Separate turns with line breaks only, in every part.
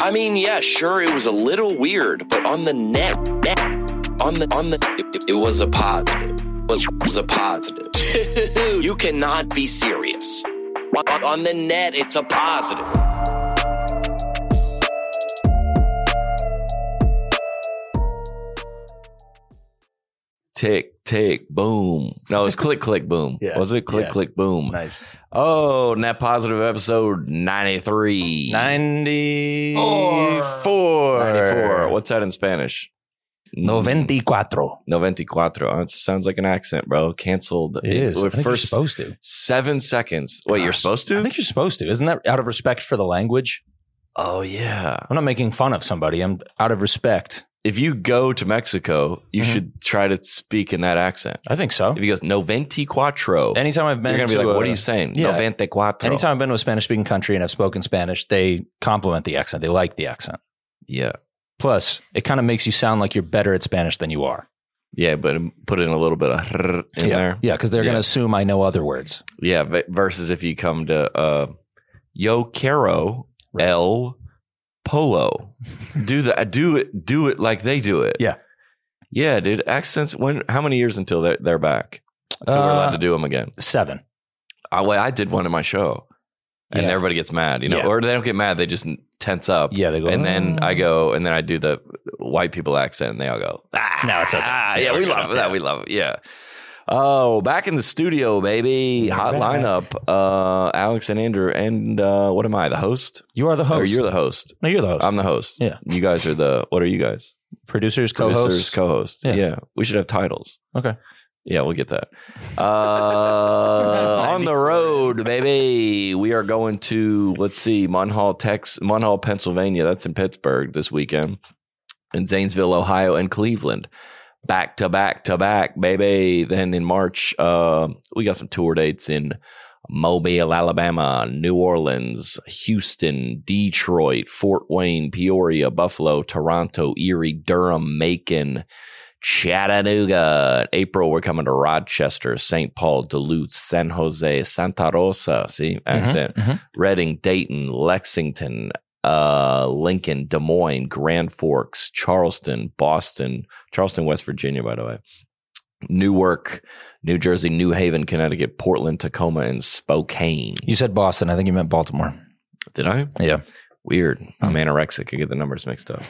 I mean, yeah, sure, it was a little weird, but on the net, net on the on the, it, it was a positive. Was, was a positive. you cannot be serious. On, on the net, it's a positive.
Tick, tick, boom. No, it's click, click, boom.
Yeah.
Was it click,
Yeah.
click, boom?
Nice.
Oh, net positive episode 93.
94.
94. What's that in Spanish?
94.
94. Oh, it sounds like an accent, bro. Canceled.
It is. I
We're
think you're
First
supposed to.
seven seconds. Wait, you're
Gosh.
supposed to?
I think you're supposed to. Isn't that out of respect for the language?
oh, yeah.
I'm not making fun of somebody. I'm out of respect.
If you go to Mexico, you
Mhm.
should try to speak in that accent.
I think so.
If he goes, 94.
Anytime I've been
You're going to
to
be like,
a-
what are you saying?
yeah.
94.
Anytime I've been to a Spanish speaking country and I've spoken Spanish, they compliment the accent. They like the accent.
Yeah.
Plus, it kind of makes you sound like you're better at Spanish than you are.
Yeah, but put in a little bit of in
yeah.
there.
Yeah, because they're going
Yeah.
to assume I know other words.
Yeah, v- versus if you come to uh, Yo Caro
Right.
El Polo, do that, do it, do it like they do it.
Yeah.
yeah, dude. Accents. When? How many years until they're they're back? Until we're allowed
Uh,
to do them again.
Seven.
I, well, I did one in my show, and
Yeah.
everybody gets mad, you know,
Yeah.
or they don't get mad, they just tense up.
Yeah, they go.
And then I
"Oh."
go, and then I do the white people accent, and they all go, ah,
No, it's okay.
ah,
Yeah,
Yeah,
we're
we
good.
love
Yeah.
that. We love it. Yeah. Oh, back in the studio, baby.
We're
Hot
back.
lineup. Uh, Alex and Andrew, and uh, what am I? The host?
You are the host.
Or you're the host.
no, you're the host.
I'm the host.
Yeah.
You guys are the. What are you guys?
producers, co-hosts.
Producers, co-hosts.
Yeah.
Yeah. We should have titles.
Okay.
Yeah, we'll get that. Uh, on the road, baby. We are going to let's see, Munhall, Tex, Munhall, Pennsylvania. That's in Pittsburgh this weekend, and Zanesville, Ohio, and Cleveland. Back to back to back, baby. Then in March, uh, we got some tour dates in Mobile, Alabama, New Orleans, Houston, Detroit, Fort Wayne, Peoria, Buffalo, Toronto, Erie, Durham, Macon, Chattanooga. In April, we're coming to Rochester, St. Paul, Duluth, San Jose, Santa Rosa, see,
Mhm,
accent,
mhm.
Reading, Dayton, Lexington, uh, Lincoln, Des Moines, Grand Forks, Charleston, Boston, Charleston, West Virginia, by the way, Newark, New Jersey, New Haven, Connecticut, Portland, Tacoma, and Spokane.
You said Boston. I think you meant Baltimore.
Did I?
Yeah. Hmm.
Weird. I'm anorexic. I get the numbers mixed up.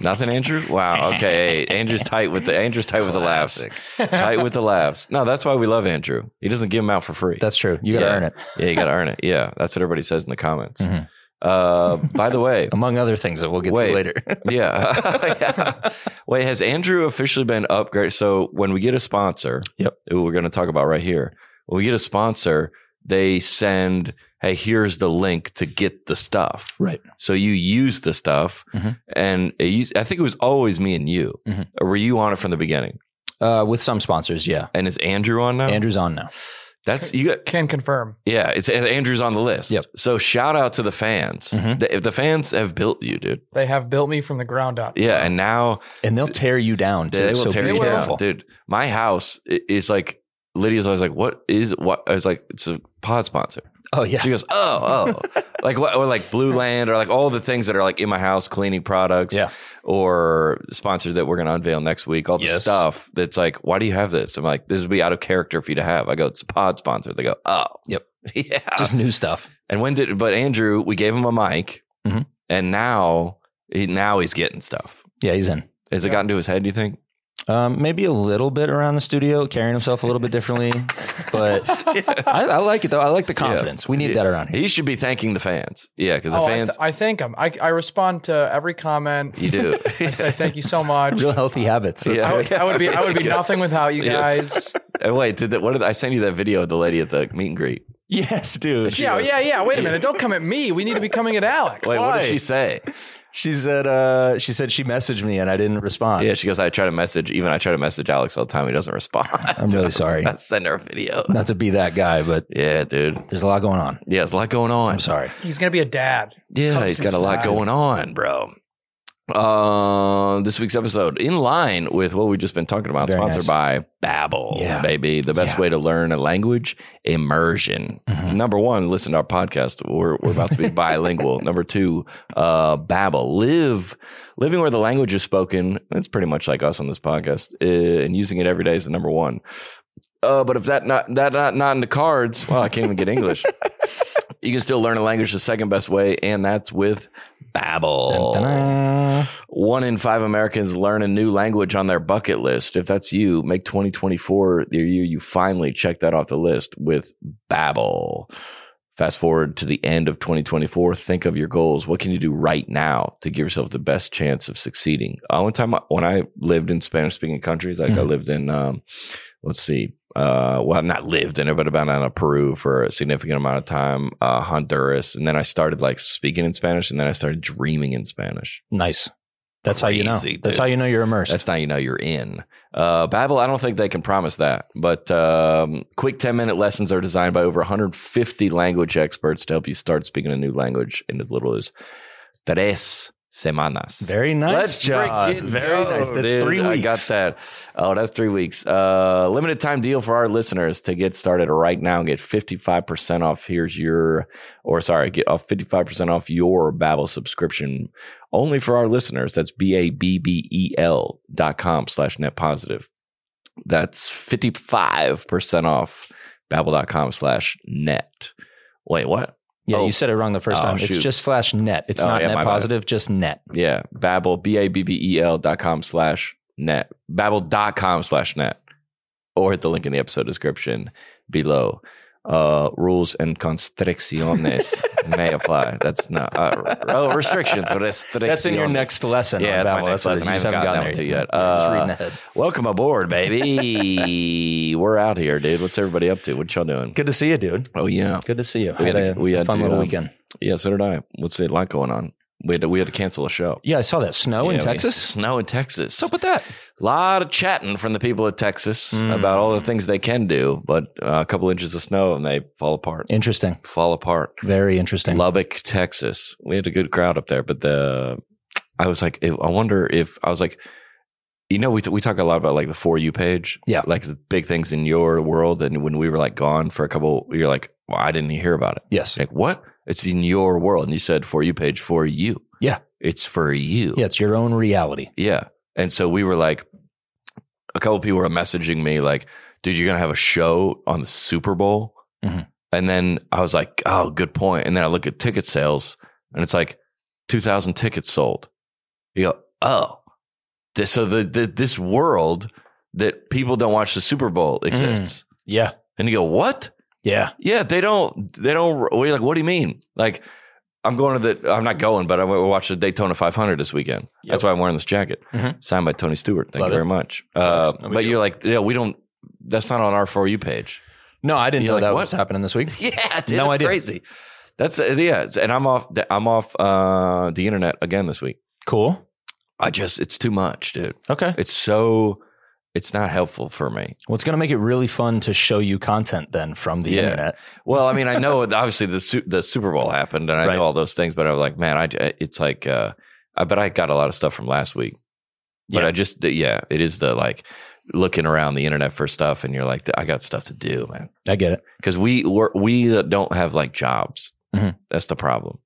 Nothing, Andrew. Wow. Okay. Hey, Andrew's tight with the Andrew's tight with the laughs. Tight with the laughs. No, that's why we love Andrew. He doesn't give them out for free.
That's true. You got to
Yeah.
earn it,
yeah, you got to earn it. Yeah, that's what everybody says in the comments.
Mhm.
Uh, by the way,
among other things that we'll get to
Wait.
later.
yeah. Yeah. Wait, has Andrew officially been upgraded? So when we get a sponsor,
Yep.
who we're going to talk about right here. When we get a sponsor, they send, hey, here's the link to get the stuff.
Right.
So you use the stuff,
Mhm.
and it used, I think it was always me and you.
Mhm.
Or were you on it from the beginning?
Uh, with some sponsors, yeah.
And is Andrew on now?
Andrew's on now.
that's you got.
Can confirm.
Yeah, it's Andrew's on the list.
Yep.
So shout out to the fans.
Mhm.
The, the fans have built you, dude.
They have built me from the ground up.
Yeah, and now
And they'll tear you down, too.
They will
so
tear
be
you
careful.
down, dude. My house i- is like Lydia's always like, "What is what?" I was like, "It's a pod sponsor."
Oh, yeah.
She goes, "Oh, oh, like what?" Or like Blue Land, or like all the things that are like in my house, cleaning products,
Yeah.
or sponsors that we're gonna unveil next week. All the
Yes.
stuff that's like, "Why do you have this?" I'm like, "This would be out of character for you to have." I go, "It's a pod sponsor." They go, "Oh,
Yep.
yeah."
Just new stuff.
and when did? But Andrew, we gave him a mic,
Mhm.
and now he, now he's getting stuff.
Yeah, he's in.
Has it
Yeah.
gotten to his head? Do you think?
Um, maybe a little bit around the studio, carrying himself a little bit differently. But I, I like it, though. I like the confidence. We need
Yeah.
that around here.
He should be thanking the fans. Yeah, because the
oh,
fans,
I, th- I thank them. I, I respond to every comment.
you do.
I say thank you so much.
Real healthy habits. That's
Yeah.
I, would, I would be I would be
Yeah.
nothing without you
Yeah.
guys.
And wait, did that? What did I send you that video of the lady at the meet and greet?
Yes, dude.
She
yeah,
goes-
yeah, yeah. Wait a minute. Don't come at me. We need to be coming at Alex.
Wait, what did
Why?
she say?
She said uh, she said she messaged me and I didn't respond.
Yeah, she goes. I try to message. Even I try to message Alex all the time. He doesn't respond.
I'm really sorry.
I send her a video.
Not to be that guy, but
Yeah, dude.
there's a lot going on.
Yeah, it's a lot going on.
I'm sorry.
He's gonna be a dad.
Yeah,
Comes
he's got a lot
inside.
going on, bro. Uh, this week's episode, in line with what we've just been talking about,
Very
sponsored
nice.
by Babbel,
Yeah.
baby. The best
Yeah.
way to learn a language, immersion.
Mhm.
Number one, listen to our podcast. We're, we're about to be bilingual. Number two, uh, Babbel, live, living where the language is spoken. It's pretty much like us on this podcast, uh, and using it every day is the number one. Uh, but if that not that not not in the cards, well, I can't even get English. You can still learn a language the second best way, and that's with Babbel.
Dun-dun-dun.
One in five Americans learn a new language on their bucket list. If that's you, make 2024 the year you finally check that off the list with Babbel. Fast forward to the end of 2024. Think of your goals. What can you do right now to give yourself the best chance of succeeding? Uh, one time I- when I lived in Spanish speaking countries, like I
Mhm.
lived in, um, let's see, uh, well, I've not lived in it, but I've been out of Peru for a significant amount of time, uh, Honduras. And then I started like speaking in Spanish and then I started dreaming in Spanish.
Nice. That's how you know.
Crazy,
That's
dude.
how you know you're immersed.
That's how you know you're in. Uh, Babbel, I don't think they can promise that, but um, quick 10 minute lessons are designed by over 150 language experts to help you start speaking a new language in as little as tres semanas.
Very nice,
Let's
John.
freaking
Very
go,
nice. That's
dude.
three
I
weeks.
got that. Oh, that's three weeks. Uh, limited time deal for our listeners to get started right now and get 55% off. Here's your, or sorry, get off 55% off your Babbel subscription only for our listeners. That's B A B B E L dot com slash net positive. That's 55% off babbel.com slash net. Wait, what?
Yeah,
Oh.
you said it wrong the first
Oh,
time.
shoot.
It's just slash net. It's
Oh,
not
yeah, my
net
bad.
positive, just net.
Yeah, Babbel, B A B B E L dot com slash net, Babbel.com slash net, or hit the link in the episode description below. Uh, rules and constricciones may apply. That's not, uh, oh, restrictions. Restricciones.
That's in your next lesson.
Yeah,
on
that's my
Babbel.
next
what it
lesson.
is. You
I
just
haven't
haven't
gotten
there
there to
yet.
yet.
You're just
Uh,
reading ahead.
Welcome aboard, baby. We're out here, dude. What's everybody up to? What y'all doing?
Good to see you, dude.
Oh, yeah.
Good to see you.
We
had
had
a,
to- we had
fun
to,
little
um,
weekend.
Yeah, so did I. What's a lot going on? We had to, we had to cancel a show.
Yeah, I saw that snow
Yeah,
in
we-
Texas.
Snow in Texas.
What's up with that?
lot of chatting from the people of Texas
Mm.
about all the things they can do, but uh, a couple inches of snow and they fall apart.
Interesting.
Fall apart.
Very interesting.
Lubbock, Texas. We had a good crowd up there, but the I was like, I wonder if I was like, you know, we we talk a lot about like the for you page,
Yeah.
like the big things in your world. And when we were like gone for a couple, you're like, well, I didn't hear about it.
yes.
Like what? It's in your world, and you said for you page for you.
Yeah.
it's for you.
Yeah, it's your own reality.
Yeah. And so we were like, a couple people were messaging me like, dude, you're going to have a show on the Super Bowl.
Mhm.
And then I was like, oh, good point. And then I look at ticket sales and it's like 2,000 tickets sold. You go, oh, this, so the, the, this world that people don't watch the Super Bowl exists.
Yeah.
And you go, what?
Yeah.
Yeah, they don't. They don't. We're like, what do you mean? Like, I'm going to the. I'm not going, but I went to watch the Daytona 500 this weekend. That's why I'm wearing this jacket,
Mhm.
signed by Tony Stewart. Thank
Love
you
it.
very much.
Nice.
Uh,
No big
but
deal.
you're like, yeah, we don't. That's not on our for you page.
No, I didn't
You're
know
like,
that
what?
was happening this week.
yeah, dude,
No
that's
idea.
Crazy. That's uh, yeah, and I'm off. I'm off uh, the internet again this week.
Cool.
I just, it's too much, dude.
Okay.
It's so, it's not helpful for me.
Well, it's going to make it really fun to show you content then from the
Yeah.
internet.
Well, I mean, I know obviously the Su- the Super Bowl happened, and I
Right.
know all those things, but I was like, man, I it's like, uh, I bet I got a lot of stuff from last week, but
Yeah.
I just yeah, it is the like looking around the internet for stuff, and you're like, I got stuff to do, man,
I get it.
because we we're, we don't have like jobs.
Mhm.
That's the problem.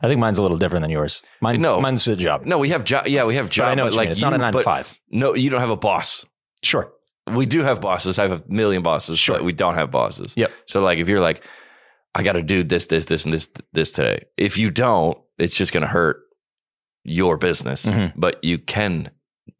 I think mine's a little different than yours. Mine,
No.
mine's a job.
No, we have job. Yeah, we have
but
job.
I know what you
like
mean. It's not a
you-
nine to
but
five.
No, you don't have a boss.
Sure.
we do have bosses. I have a million bosses,
Sure.
but we don't have bosses.
Yep.
So like if you're like, I gotta do this, this, this, and this this today. If you don't, it's just gonna hurt your business.
Mhm.
But you can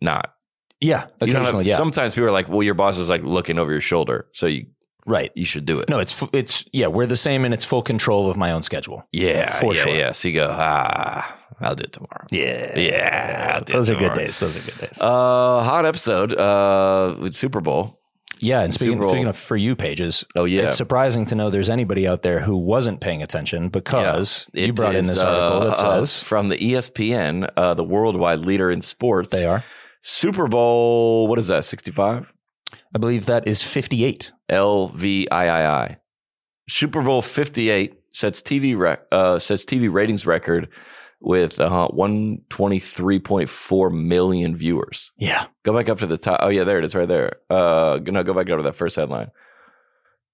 not.
Yeah.
You don't have-
Occasionally. Yeah.
Sometimes people are like, well, your boss is like looking over your shoulder. So you
right.
you should do it.
No, it's fu- it's yeah. We're the same, and it's full control of my own schedule.
Yeah.
For
yeah,
sure.
Yeah. So you go, ah, I'll do it tomorrow.
Yeah.
Yeah, I'll do
Those
it
are good
tomorrow.
days. Those are good days.
Uh hot episode uh with Super Bowl.
yeah. And speaking,
Super Bowl.
speaking of for you pages,
Oh yeah.
it's surprising to know there's anybody out there who wasn't paying attention because you
It
brought in
is,
this article
uh,
that
uh,
says
from the ESPN, uh, the worldwide leader in sports.
they are.
Super Bowl, what is that, 65?
I believe that is 58.
LVIII. Super Bowl 58 sets TV rec- uh, sets TV ratings record with uh, 123.4 million viewers.
Yeah.
Go back up to the top. Oh yeah, there it is, right there. Uh, no, go back up to that first headline.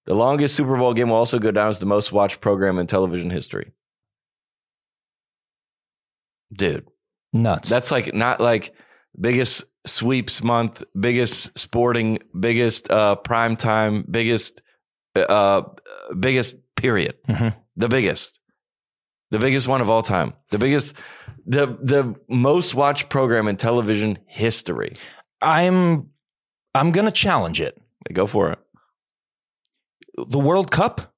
The longest Super Bowl game will also go down as the most watched program in television history. Dude,
Nuts.
that's like not like biggest sweeps month, biggest sporting, biggest uh, prime time, biggest uh, biggest period,
Mhm.
the biggest, the biggest one of all time, the biggest, the the most watched program in television history.
I'm I'm gonna challenge it.
Go for it.
The World Cup.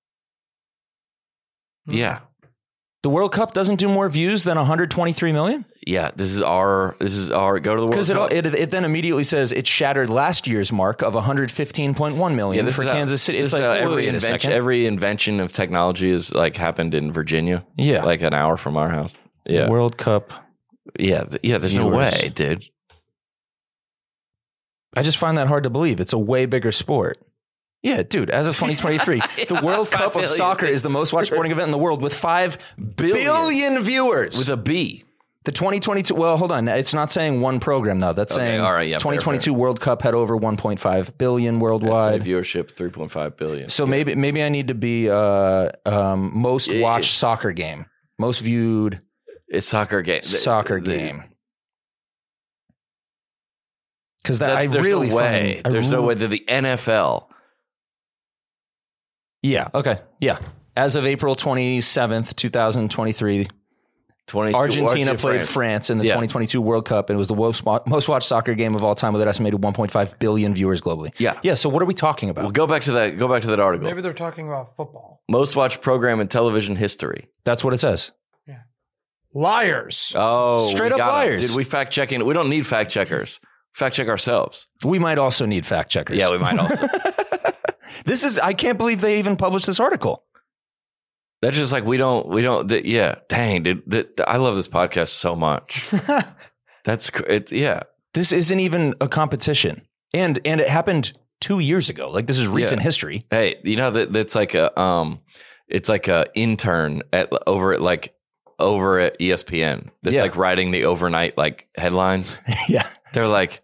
Hmm.
Yeah,
The World Cup doesn't do more views than 123 million
yeah. This is our. This is our. Go to the world.
because it,
Cup.
it it then immediately says it shattered last year's mark of 115.1 million for
how-
Kansas City.
this
It's
is
like
how
wait
every
a
invention,
second.
every invention of technology is like happened in Virginia,
yeah.
like an hour from our house. Yeah,
World Cup.
yeah, th- yeah. There's no
Viewers.
way, dude.
I just find that hard to believe. It's a way bigger sport. Yeah, dude, as of 2023, the World Cup of
billion.
soccer is the most watched sporting event in the world with 5 billion, billion viewers.
With a B.
the 2022, well, hold on. It's not saying one program, though. That's
Okay,
saying
all right, yeah, fair,
2022 World Cup had over 1.5 billion
Estimated
worldwide.
viewership 3.5 billion.
So maybe maybe I need to be uh, um, most
Yeah,
watched soccer game, most viewed
it's soccer game. The-
soccer
the-
game. Because that
That's,
I
there's
really
no way.
find, I
there's no
re-
way that the NFL.
Yeah. Okay. Yeah. As of April 27th, 2023,
22,
Argentina played France, in the
Yeah.
2022 World Cup and it was the most, wa- most watched soccer game of all time with an estimated 1.5 billion viewers globally.
Yeah.
Yeah. So what are we talking about?
Well, go back to that. Go back to that article.
Maybe they're talking about football.
Most watched program in television history.
That's what it says.
Liars.
Oh, we
Straight up
got 'em.
liars.
Did we fact checking? We don't need fact checkers. Fact check ourselves.
We might also need fact checkers.
Yeah, we might also.
This is, I can't believe they even published this article.
That's just like we don't. We don't. th- yeah. Dang, dude. th- th- I love this podcast so much. That's cr- it. Yeah.
This isn't even a competition. And, and it happened two years ago. Like this is recent history.
Hey, you know that that's like a um, it's like a intern at over at like over at E ESPN that's
Yeah.
like writing the overnight like headlines.
yeah.
They're like,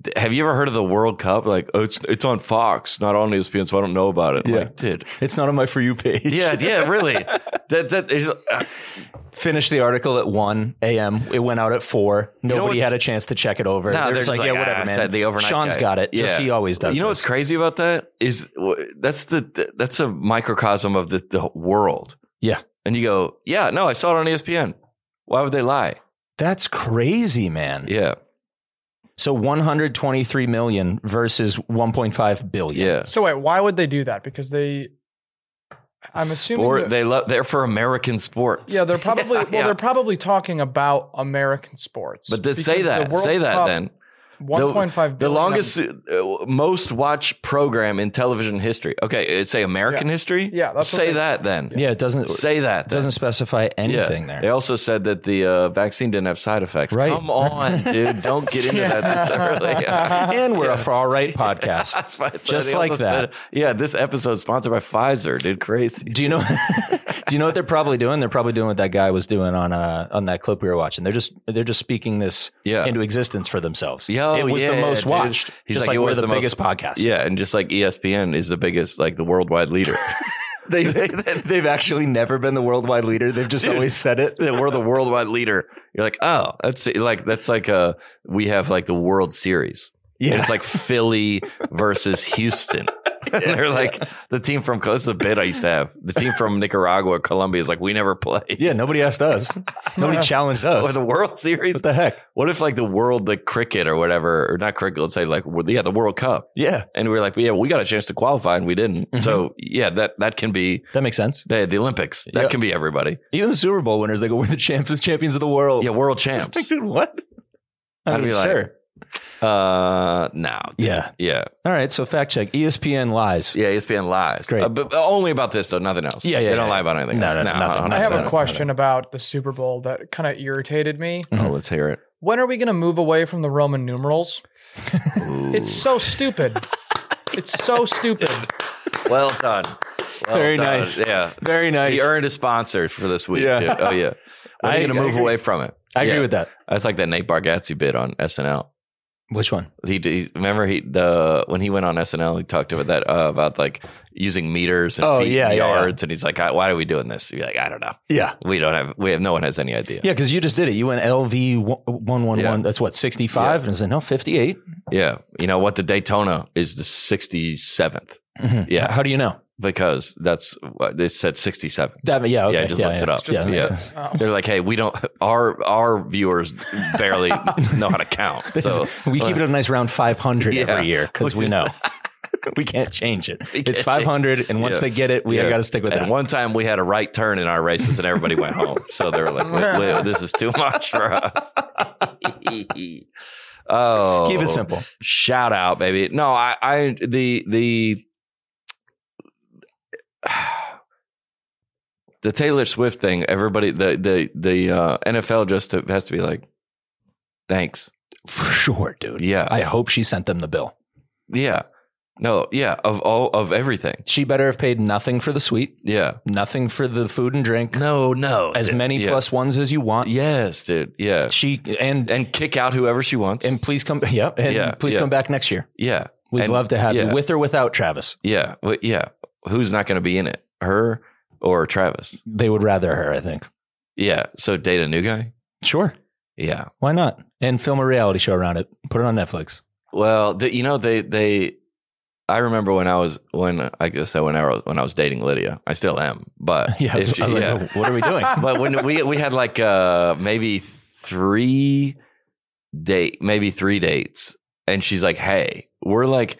"D- "Have you ever heard of the World Cup? Like, oh, it's it's on Fox, not on E ESPN, so I don't know about it." I'm
Yeah.
Like, dude.
It's not on my For You page.
Yeah, yeah, really. that that is. Uh,
finished the article at 1 a.m. It went out at 4.
know
Nobody
what's-
had a chance to check it over.
No,
They're
they're
just
just
like,
like,
yeah, whatever,
"Ah,
man.
said the overnight
Sean's
guy."
got it.
Yeah.
Just he always does.
you know
this.
what's crazy about that is w- that's the that's a microcosm of the, the world.
Yeah.
and you go, yeah, no, I saw it on E ESPN. Why would they lie?
That's crazy, man.
Yeah,
So 123 million versus 1.5 billion.
yeah.
So wait, why would they do that? Because they, I'm assuming.
Sport-
that-
they love they're for American sports.
yeah, they're probably well.
yeah.
They're probably talking about American sports.
but then say that, say that then.
One point five.
The longest, uh, most watched program in television history. Okay, uh, say American history.
Yeah, that's what
say
they-
that then.
Yeah, it doesn't it
say that. Then.
doesn't specify anything
They
there.
also said that the uh, vaccine didn't have side effects.
Right.
Come on, dude. Don't get into that this early. Yeah.
And we're a for all right podcast. Just
They
like
also
that.
yeah, this episode's sponsored by Pfizer, dude. Crazy.
Do you know? do you know what they're probably doing? They're probably doing what that guy was doing on uh, on that clip we were watching. They're just they're just speaking this
Yeah.
into existence for themselves.
Yo,
it was
yeah,
the most
dude.
watched.
He's
just
like,
like,
it
we're
was
the,
the most-
biggest podcast.
Yeah, and just like E ESPN is the biggest, like the worldwide leader.
They, they, have actually never been the worldwide leader. They've just always said it.
that we're the worldwide leader. You're like, oh, that's like that's like uh we have like the World Series. And
Yeah.
it's like Philly versus Houston. And they're like the team from that's the bit I used to have. The team from Nicaragua, Colombia is like we never play.
Yeah. Nobody asked us. Nobody challenged
Or
us.
the World Series.
What the heck?
What if like the world, the cricket or whatever, or not cricket? Let's say like well, yeah, the World Cup,
Yeah.
and we are like, yeah, we got a chance to qualify and we didn't. So yeah, that that can be
That makes sense.
the, the Olympics. That
Yep.
can be everybody.
Even the Super Bowl winners, they go, we're the champions, champions of the world.
Yeah, world
It's like,
champs.
dude, what? I
I'd
mean,
be like-
sure.
Uh, no.
Yeah.
Yeah,
All right. So fact check
E
ESPN lies.
yeah. ESPN lies,
Great.
Uh, but only about this though. Nothing else.
Yeah, yeah,
They don't
yeah,
lie
yeah.
about anything.
No,
else.
no, nothing,
uh-uh,
nothing.
I have a
no.
question about the Super Bowl that kind of irritated me.
Oh, let's hear it.
When are we going to move away from the Roman numerals? it's so stupid. It's so stupid.
Well done. Well
Very
done.
nice.
Yeah.
Very nice.
He earned a sponsor for this week.
Yeah.
Too. Oh yeah. We're
I-
going to
I
move
agree.
away from it.
I agree
Yeah.
with that.
That's like that Nate Bargatze bit on SNL.
Which one?
He, he remember he the when he went on SNL he talked about that uh, about like using meters and
Oh,
feet
yeah,
and
yeah, yeah.
yards and he's like I, why are we doing this? You're like I don't know.
Yeah.
We don't have we have no one has any idea.
Yeah, because you just did it. You went LV one one
Yeah.
one. That's what sixty five, and I said no fifty eight.
Yeah. You know what? The Daytona is the 67th Yeah.
How do you know?
because that's what they said 67.
That yeah. Okay.
Yeah, it just looks it up.
Yeah, that makes
Yeah.
sense.
Oh.
They're like, hey, we don't, our our viewers barely know how to count. So
we keep it a nice round 500
Yeah.
every year because we
Look
know
at
we can't change it.
We
It's
can't
500, and once
Yeah.
they get it, we
Yeah.
got to stick with
and
that.
one time we had a right turn in our races and everybody went home. So they were like, "We- we- this is too much for us. oh,
Keep it simple.
Shout out, baby. No, I, I, the, the, the Taylor Swift thing. Everybody, the, the, the uh, NFL just to, has to be like, thanks.
For sure, dude.
Yeah,
I hope she sent them the bill.
yeah, no, yeah. Of all of everything.
She better have paid nothing for the suite,
Yeah.
nothing for the food and drink,
No, no.
as
dude.
many
Yeah.
plus ones as you want.
uh, Yes, dude. Yeah.
She and
And kick out whoever she wants.
and please come. Yeah, and
Yeah,
please
yeah.
come back next year.
yeah.
We'd
And-
love to have
yeah.
you with or without Travis.
Yeah. Wh- Yeah. Who's not going to be in it? Her or Travis?
They would rather her, I think.
Yeah. So date a new guy?
Sure,
Yeah.
why not? And film a reality show around it. Put it on Netflix.
Well, the, you know, they, they, I remember when I was, when I guess I when I was, when I was dating Lydia, I still am, but
Yeah, I was,
if she-
I was
yeah.
like, "Oh, what are we doing?
but when we, we had like, uh, maybe three date, maybe three dates. And she's like, Hey, we're like,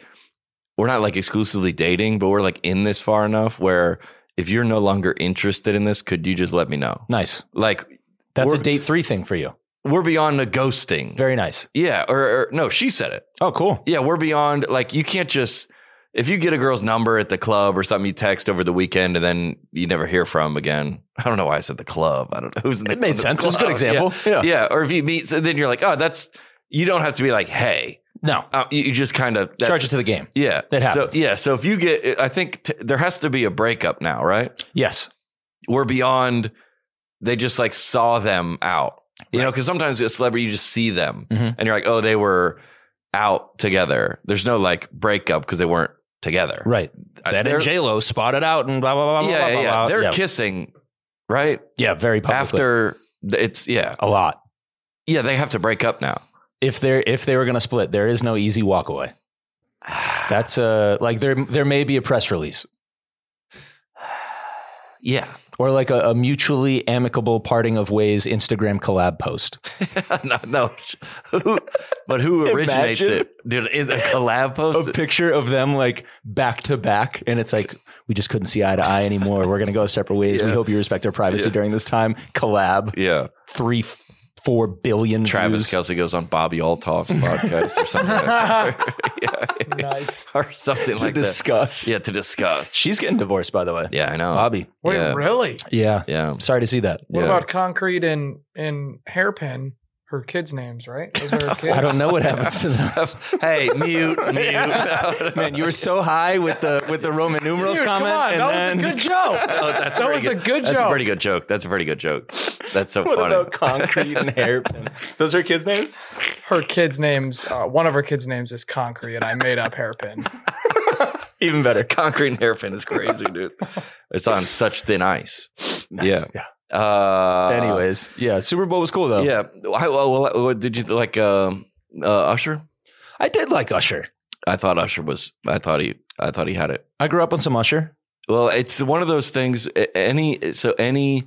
we're not like exclusively dating, but we're like in this far enough where if you're no longer interested in this, could you just let me know?
nice.
Like
That's
We're-
a date three thing for you.
we're beyond the ghosting.
Very nice.
yeah, or, or no, she said it.
Oh, cool.
Yeah, we're beyond like you can't just if you get a girl's number at the club or something you text over the weekend and then you never hear from again. I don't know why I said the club. I don't know who's in the
It made
the
sense. It was a
club.
good example. Yeah.
Oh, Yeah. Yeah, or if you meet so then you're like, "Oh, that's you don't have to be like, "Hey."
No.
Uh, you, you just kind of that's-
Charge it to the game.
Yeah.
That
so
happens.
yeah, so if you get I think t- there has to be a breakup now, right?
Yes.
we're beyond they just like saw them out you know because sometimes a celebrity you just see them
Mhm.
and you're like oh they were out together there's no like breakup because they weren't together
Right.
Uh,
That
they're-
and J Lo spotted out and blah blah blah
yeah
blah
yeah,
blah.
yeah.
blah.
they're
yeah.
kissing right
yeah, very publicly.
after th- it's yeah
a lot.
yeah they have to break up now
If they're if they were gonna split, there is no easy walk away. That's uh like there there may be a press release
yeah
or like a, a mutually amicable parting of ways Instagram collab post.
no, no. Who- but who originates
Imagine.
it dude in the collab
A
post
picture of them like back to back, and it's like we just couldn't see eye to eye anymore. We're gonna go separate ways. We
Yeah.
hope you respect our privacy
Yeah.
during this time. Collab
yeah
three, f- four billion
travis
views.
kelsey goes on bobby altoff's podcast or something like that. Yeah.
nice.
or something
to
like that
discuss.
Yeah, to discuss.
She's getting divorced, by the way.
Yeah, I know.
Bobby.
Wait,
Yeah.
really?
Yeah.
Yeah.
I'm sorry to see that.
What
yeah.
about concrete and and hairpin? Her kids' names, right? Those are her kids.
I don't know what happens to them.
hey, mute, mute.
Man, you were so high with the with the Roman numerals
Dude,
comment.
Come on,
and
that
then,
was a good joke.
that's
that
pretty
was a good
That's a
joke.
pretty good joke. That's a pretty good joke. That's so
What
funny.
about concrete and hairpin? Those are kids' names?
her kids' names. Uh, one of her kids' names is concrete, and I made up hairpin.
Even better.
Concrete and hairpin is crazy, dude. It's on such thin ice. Yeah.
Yeah.
Uh,
Anyways, yeah, Super Bowl was cool though.
Yeah. I, well, well, what did you like um, uh, Usher?
I did like Usher.
I thought Usher was. I thought he. I thought he had it.
I grew up on some Usher.
Well, it's one of those things. a- Any so any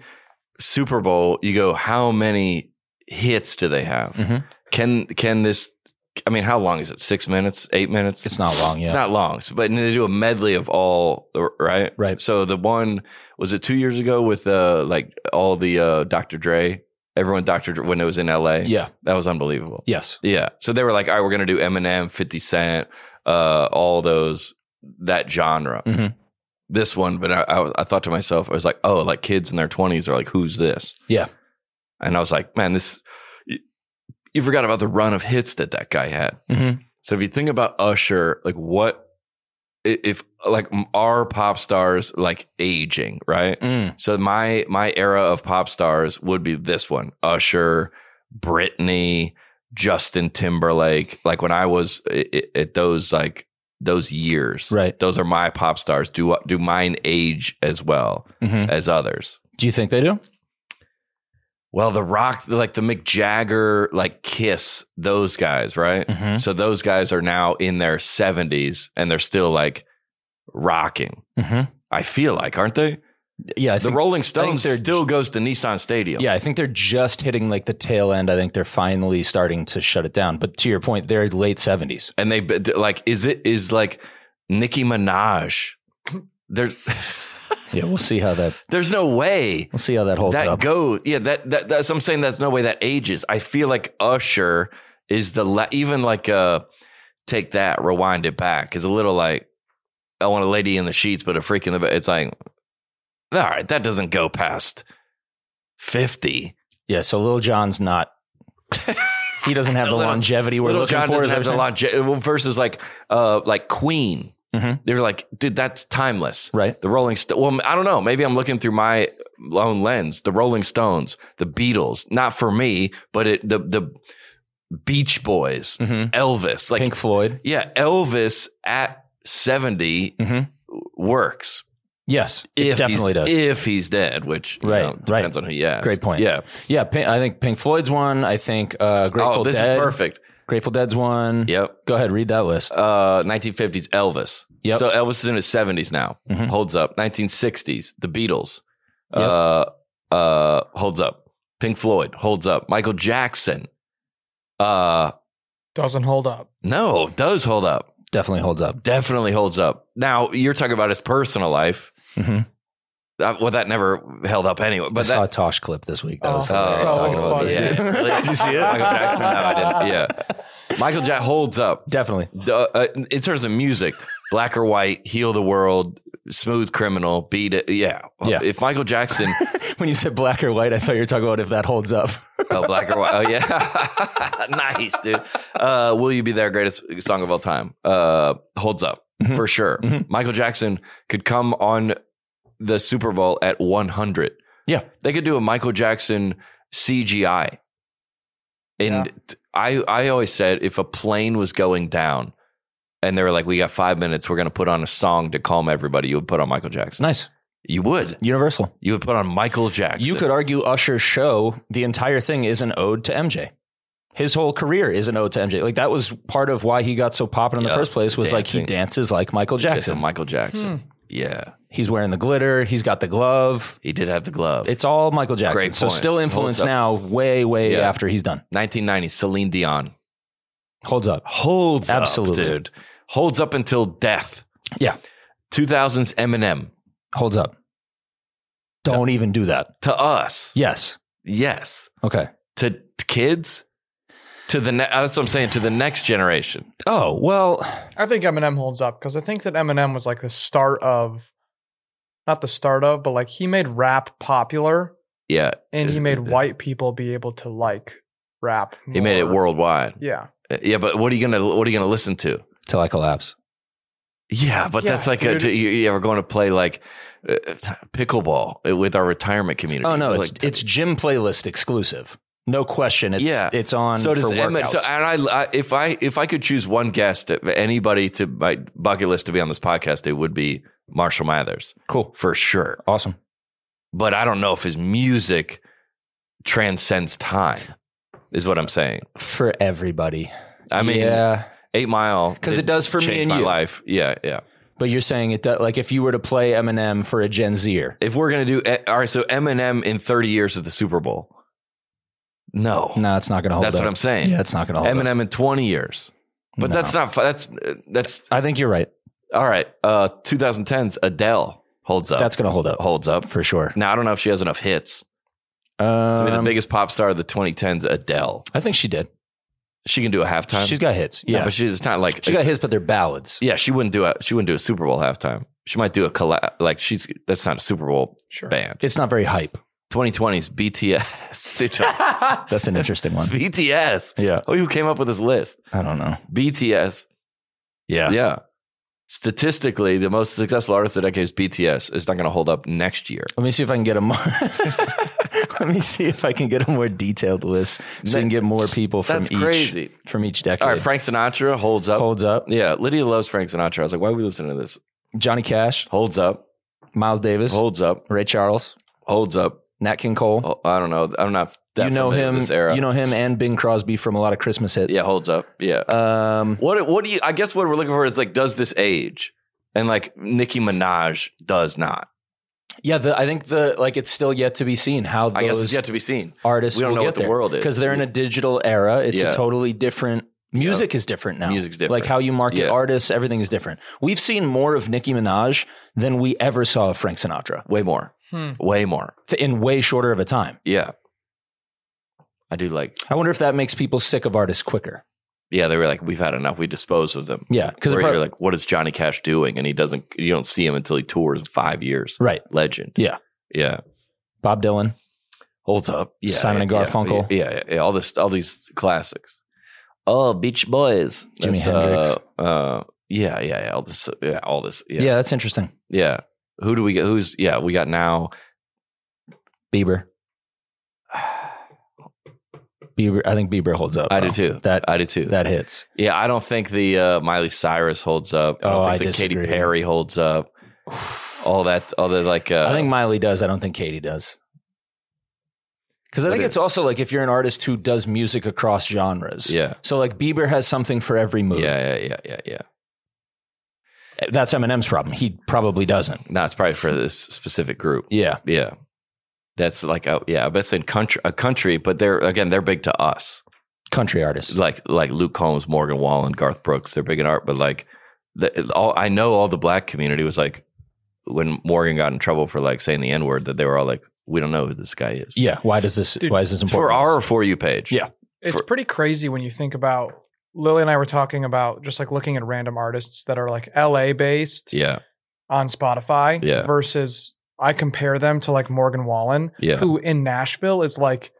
Super Bowl, you go. How many hits do they have?
Mhm.
Can can this? I mean, how long is it? Six minutes? Eight minutes?
It's not long, yeah.
It's not long. So- But they do a medley of all right.
Right.
So the one was it two years ago with uh like all the uh Dr. Dre. Everyone Dr. Dre, when it was in L.A.
yeah.
that was unbelievable.
Yes.
Yeah. So they were like, all right, we're going to do Eminem, 50 Cent, uh, all those, that genre.
Mhm.
This one, but I, I, I thought to myself, I was like, oh, like kids in their 20s are like, who's this?
Yeah.
And I was like, man, this, you, you forgot about the run of hits that that guy had.
Mhm.
So if you think about Usher, like what, i- if like m- our pop stars like aging, right?
Mm.
So my my era of pop stars would be this one: Usher, Britney, Justin Timberlake. Like when I was i- i- at those like those years,
Right.
Those are my pop stars. Do do mine age as well
Mhm.
as others?
Do you think they do?
Well, the Rock, like the Mick Jagger, like Kiss, those guys, right?
Mm-hmm.
So those guys are now in their 70s and they're still like rocking.
Mm-hmm.
I feel like, aren't they?
Yeah, I
the
think,
Rolling
think
Stones
they're
still
j-
goes to Nissan Stadium.
yeah, I think they're just hitting like the tail end. I think they're finally starting to shut it down. But to your point, they're late seventies.
And they like is it is like Nicki Minaj. There's
Yeah, we'll see how that
there's no way
we'll see how that holds
that
up.
goes. Yeah, that, that that's I'm saying that's no way that ages. I feel like Usher is the la- even like uh take that rewind it back is a little like I want a lady in the sheets but a freak in the bed. It's like all right, that doesn't go past 50.
yeah, so Lil John's not. he doesn't have the
Little-
longevity we're
Little
looking
John
for.
doesn't
is
have
that
the
what
lot versus like uh like Queen.
Mhm.
They're like, dude, that's timeless.
you're saying? Right.
The Rolling Stones. Well, I don't know. Maybe I'm looking through my own lens. The Rolling Stones, the Beatles, not for me, but it, the the Beach Boys,
Mm-hmm.
Elvis, like
Pink Floyd.
yeah, Elvis at 70
Mhm.
works.
Yes,
If
it definitely
he's,
does.
If he's dead, which you
Right,
know, depends on who you ask.
Great point.
Yeah.
yeah, Pink, I think Pink Floyd's one. I think uh, Grateful
oh, this
Dead. Mm-hmm.
is perfect.
Grateful Dead's one.
Yep.
Go ahead, read that list.
Uh, 1950s Elvis.
Yep.
So Elvis is in his 70s now.
Mhm.
Holds up. 1960s The Beatles.
Yep.
Uh, uh, holds up. Pink Floyd holds up. Michael Jackson. Uh,
Doesn't hold up.
no, does hold up.
Definitely holds up.
Definitely holds up. Now you're talking about his personal life.
Mhm.
Uh, well, that never held up anyway.
I
But
saw
that,
a Tosh clip this week. That
Oh,
was
so
hilarious talking about
funny.
this
yeah.
dude.
Really? Oh, Did you see it? Michael Jackson. No, I didn't. Yeah. Michael Jack holds up.
Definitely.
uh, uh, in terms of music, black or white, heal the world, smooth criminal, beat it. Yeah.
Yeah.
If Michael Jackson,
When you said black or white, I thought you were talking about if that holds up.
oh, black or white. Oh, yeah. nice, dude. Uh, Will You Be There, greatest song of all time, uh, holds up
Mhm.
for sure.
Mhm.
Michael Jackson could come on the Super Bowl at 100.
Yeah.
They could do a Michael Jackson CGI.
Yeah.
And t- I, I always said if a plane was going down and they were like, we got five minutes, we're going to put on a song to calm everybody, you would put on Michael Jackson.
nice.
You would.
Universal.
You would put on Michael Jackson.
You could argue Usher's show, the entire thing is an ode to MJ. His whole career is an ode to MJ. Like that was part of why he got so popular in
Yeah.
the first place was like he
Dancing.
dances like Michael
Jackson.
Jackson. Hmm.
Michael Jackson. Yeah.
He's wearing the glitter, he's got the glove.
He did have the glove.
It's all Michael Jackson.
Great
So
point.
still influenced
Holds up.
now way way
Yeah.
after he's done.
1990, Celine Dion.
Holds up.
holds
Absolutely.
up, dude. Holds up until death.
Yeah.
2000s Eminem
Holds up. Don't even do that.
to us.
Yes.
Yes.
Okay.
To, to kids. To the ne- uh, that's what I'm saying to the next generation.
Oh, well,
I think Eminem holds up because I think that Eminem was like the start of, not the start of, but like he made rap popular
Yeah.
and he made
It- it-
white people be able to like rap.
He made it
more.
worldwide. Uh,
Yeah.
Yeah, but what are you gonna what are you gonna listen to?
till I collapse.
Yeah, but
Yeah,
that's like a,
dude.
to, you, you ever going to play like uh, pickleball uh, with our retirement community?
Oh no, it's
Like,
it's gym playlist exclusive. No question. It's
Yeah.
it's on
so does
for
Eminem.
workouts.
So and I, I, if I if I could choose one guest, anybody to my bucket list to be on this podcast, it would be Marshall Mathers
cool.
for sure.
Awesome.
But I don't know if his music transcends time. Is what I'm saying.
For everybody.
I mean,
yeah.
Eight Mile
'Cause it does for me
changed
and
my
you.
life. Yeah, yeah.
But you're saying it does, like if you were to play Eminem for a Gen Zer.
If we're gonna do eh, all right, so Eminem in 30 years at the Super Bowl. No,
No, it's not going to hold
that's
up.
what I'm saying.
Yeah, it's not going to hold up.
Eminem in 20 years, but
No.
that's not. fu- That's eh, that's
I think you're right.
All right. Uh 2010's Adele holds up.
That's going to hold up
holds up.
for sure.
Now I don't know if she has enough hits. To me, the
Um,
biggest pop star of the 2010s, Adele.
I think she did.
She can do a halftime.
She's got hits.
yeah,
Yeah.
but she's it's not like
she got
it's-
hits, but they're ballads.
Yeah, she wouldn't do a she wouldn't do a Super Bowl halftime. She might do a collab. Like she's that's not a Super Bowl
Sure.
band.
It's not very hype.
2020's BTS. Dude,
That's an interesting one.
BTS.
Yeah.
Oh, who came up with this list?
I don't know.
BTS.
Yeah.
Yeah. statistically, the most successful artist of the decade is BTS. It's not going to hold up next year.
Let me see if I can get a more. Let me see if I can get a more detailed list so you can get more people from
That's
each
crazy.
from each decade.
All right, Frank Sinatra holds up.
Holds up.
Yeah, Lydia loves Frank Sinatra. I was like, why are we listening to this?
Johnny Cash,
Holds up,
Miles Davis,
holds up,
Ray Charles,
holds up.
Nat King Cole.
Oh, I don't know. I'm not. That
you know
familiar with
him.
This era.
You know him and Bing Crosby from a lot of Christmas hits.
Yeah, holds up. Yeah.
Um,
What what do you I guess what we're looking for is like, does this age? And like Nicki Minaj does not.
yeah. The, I think the like it's still yet to be seen how
I guess
those
it's yet to be seen.
artists
We don't
will
know
get
what the
there.
world is.
because they're in a digital era. It's
Yeah.
a totally different. Music is different now.
Music's different.
Like how you market
Yeah.
artists, everything is different. We've seen more of Nicki Minaj than we ever saw of Frank Sinatra
way more.
Hmm.
Way more.
th- in way shorter of a time.
Yeah. I do like
I wonder if that makes people sick of artists quicker.
yeah, they were like, We've had enough, we dispose of them.
Yeah, because
Because you're like, what is Johnny Cash doing? And he doesn't you don't see him until he tours five years.
right,
Legend.
Yeah.
Yeah.
Bob Dylan.
Holds up. Yeah.
Simon and
yeah,
Garfunkel.
Yeah, yeah, yeah. All this all these classics. Oh, Beach Boys.
Jimi
That's, uh,
Hendrix.
uh, yeah, yeah, yeah. All this yeah, all this.
Yeah. that's interesting.
Yeah. Who do we get? Who's yeah? We got now.
Bieber. Bieber. I think Bieber holds up.
I
bro.
do too.
Oh, That
I do too.
that hits.
yeah, I don't think the uh, Miley Cyrus holds up. I don't
Oh,
think
I
the
disagree.
Katy Perry holds up. All that, all the like. Uh,
I think Miley does. I don't think Katie does. Because I
But
think
it-
it's also like if you're an artist who does music across genres.
yeah,
So like Bieber has something for every mood.
yeah, yeah, yeah, yeah, yeah.
That's Eminem's problem. He probably doesn't.
No, it's probably for this specific group.
Yeah.
Yeah, that's like a, yeah. I bet it's in country, a country, but they're again they're big to us.
Country artist.
Like like Luke Combs, Morgan Wallen, Garth Brooks. They're big in art, but like the, all I know, all the black community was like when Morgan got in trouble for like saying the n word, that they were all like, "We don't know who this guy is."
Yeah. Why does this
Dude,
why is this
It's for
important?
our for you page.
Yeah.
It's
For-
pretty crazy when you think about Lily and I were talking about just like looking at random artists that are like LA based
yeah,
on Spotify
Yeah.
versus I compare them to like Morgan Wallen,
yeah.
who in Nashville is like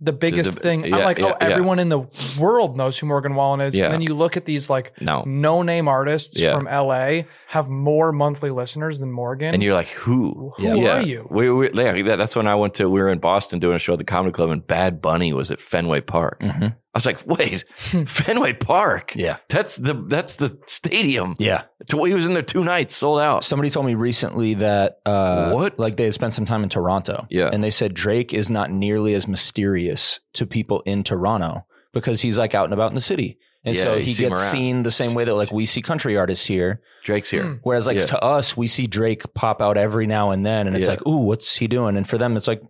the biggest
the-
thing.
yeah,
I'm like,
yeah,
oh,
yeah.
everyone in the world knows who Morgan Wallen is.
Yeah.
And then you look at these like
No,
no name artists
Yeah.
from LA have more monthly listeners than Morgan.
and you're like, who?
Who are
Yeah.
you?
We, we, yeah, that- that's when I went to. We were in Boston doing a show at the Comedy Club, and Bad Bunny was at Fenway Park. I
Mhm.
was like, wait, Fenway Park?
Yeah.
That's the that's the stadium.
Yeah.
To- He was in there two nights, sold out.
Somebody told me recently that uh,
What?
like they had spent some time in Toronto.
Yeah.
And they said Drake is not nearly as mysterious to people in Toronto because he's like out and about in the city. And
Yeah,
so
you
he
see him
gets
around.
seen the same way that like we see country artists here.
Drake's here.
Hmm.
Whereas like
Yeah.
to us, we see Drake pop out every now and then and it's
Yeah.
like, ooh, what's he doing? And for them it's like,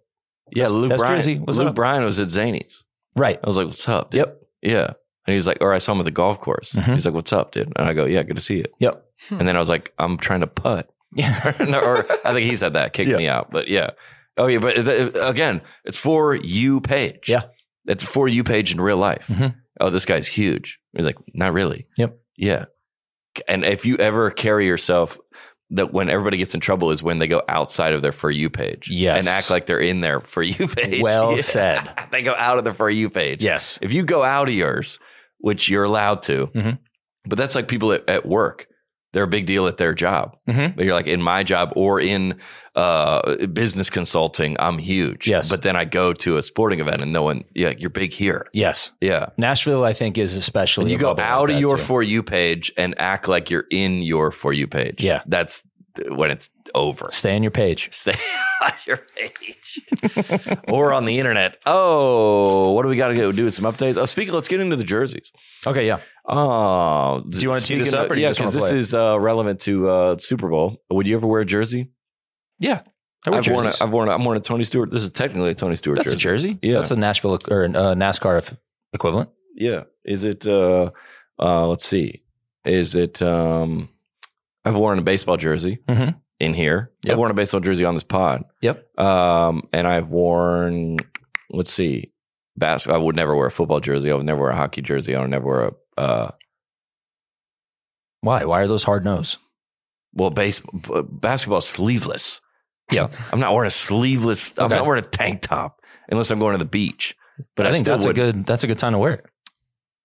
Yeah, Luke
that's
Bryan.
Drizzy. What's
Luke
up?
Bryan was at Zany's.
right.
I was like, "What's up?" Dude?
Yep.
Yeah. And he was like, or I saw him at the golf course.
Mhm.
He's like, what's up, dude? And I go, yeah, good to see you.
Yep.
Hmm.
And then I was like, I'm trying to putt.
Yeah.
No, or I think he said that, kicked
Yeah.
me out. But yeah. Oh, yeah. But th- again, it's for you page.
Yeah.
It's a for you page in real life.
Mhm.
Oh, this guy's huge. You're like, not really.
Yep.
Yeah. And if you ever carry yourself, that when everybody gets in trouble is when they go outside of their for you page
Yes.
and act like they're in their for you page.
Well
Yeah.
said.
they go out of the for you page.
Yes.
If you go out of yours, which you're allowed to,
Mhm.
but that's like people at, at work. They're a big deal at their job.
Mhm.
But you're like in my job or in uh, business consulting, I'm huge.
Yes.
But then I go to a sporting event and no one, yeah, you're big here.
Yes.
Yeah.
Nashville, I think, is especially
And you
a
go
bubble like
out of
that,
your
too.
For You page and act like you're in your For You page.
Yeah.
That's th- when it's over.
stay on your page.
Stay on your page or on the internet. Oh, what do we got to go do with some updates? Oh, speaking, let's get into the jerseys.
Okay, yeah.
Oh,
Do you wanna tee this up or do you
yeah,
just wanna
because this
play it?
is uh, relevant to uh, Super Bowl. Would you ever wear a jersey?
I wear
I've worn a,
jerseys.
I've worn a, I'm wearing a Tony Stewart. This is technically a Tony Stewart
That's a
jersey.
jersey.
Yeah.
That's a Nashville or a NASCAR eff- equivalent.
yeah. Is it? Uh, uh, let's see. Is it? Um, I've worn a baseball jersey
Mhm.
in here.
Yep.
I've worn a baseball jersey on this pod.
Yep.
Um, and I've worn. Let's see. Basketball. I would never wear a football jersey. I would never wear a hockey jersey. I would never wear a. Uh,
Why? Why are those hard nose?
well, base b- basketball is sleeveless.
Yeah.
I'm not wearing a sleeveless. I'm
Okay.
not wearing a tank top unless I'm going to the beach. But I,
think
still
that's
would-
a good that's a good time to wear it.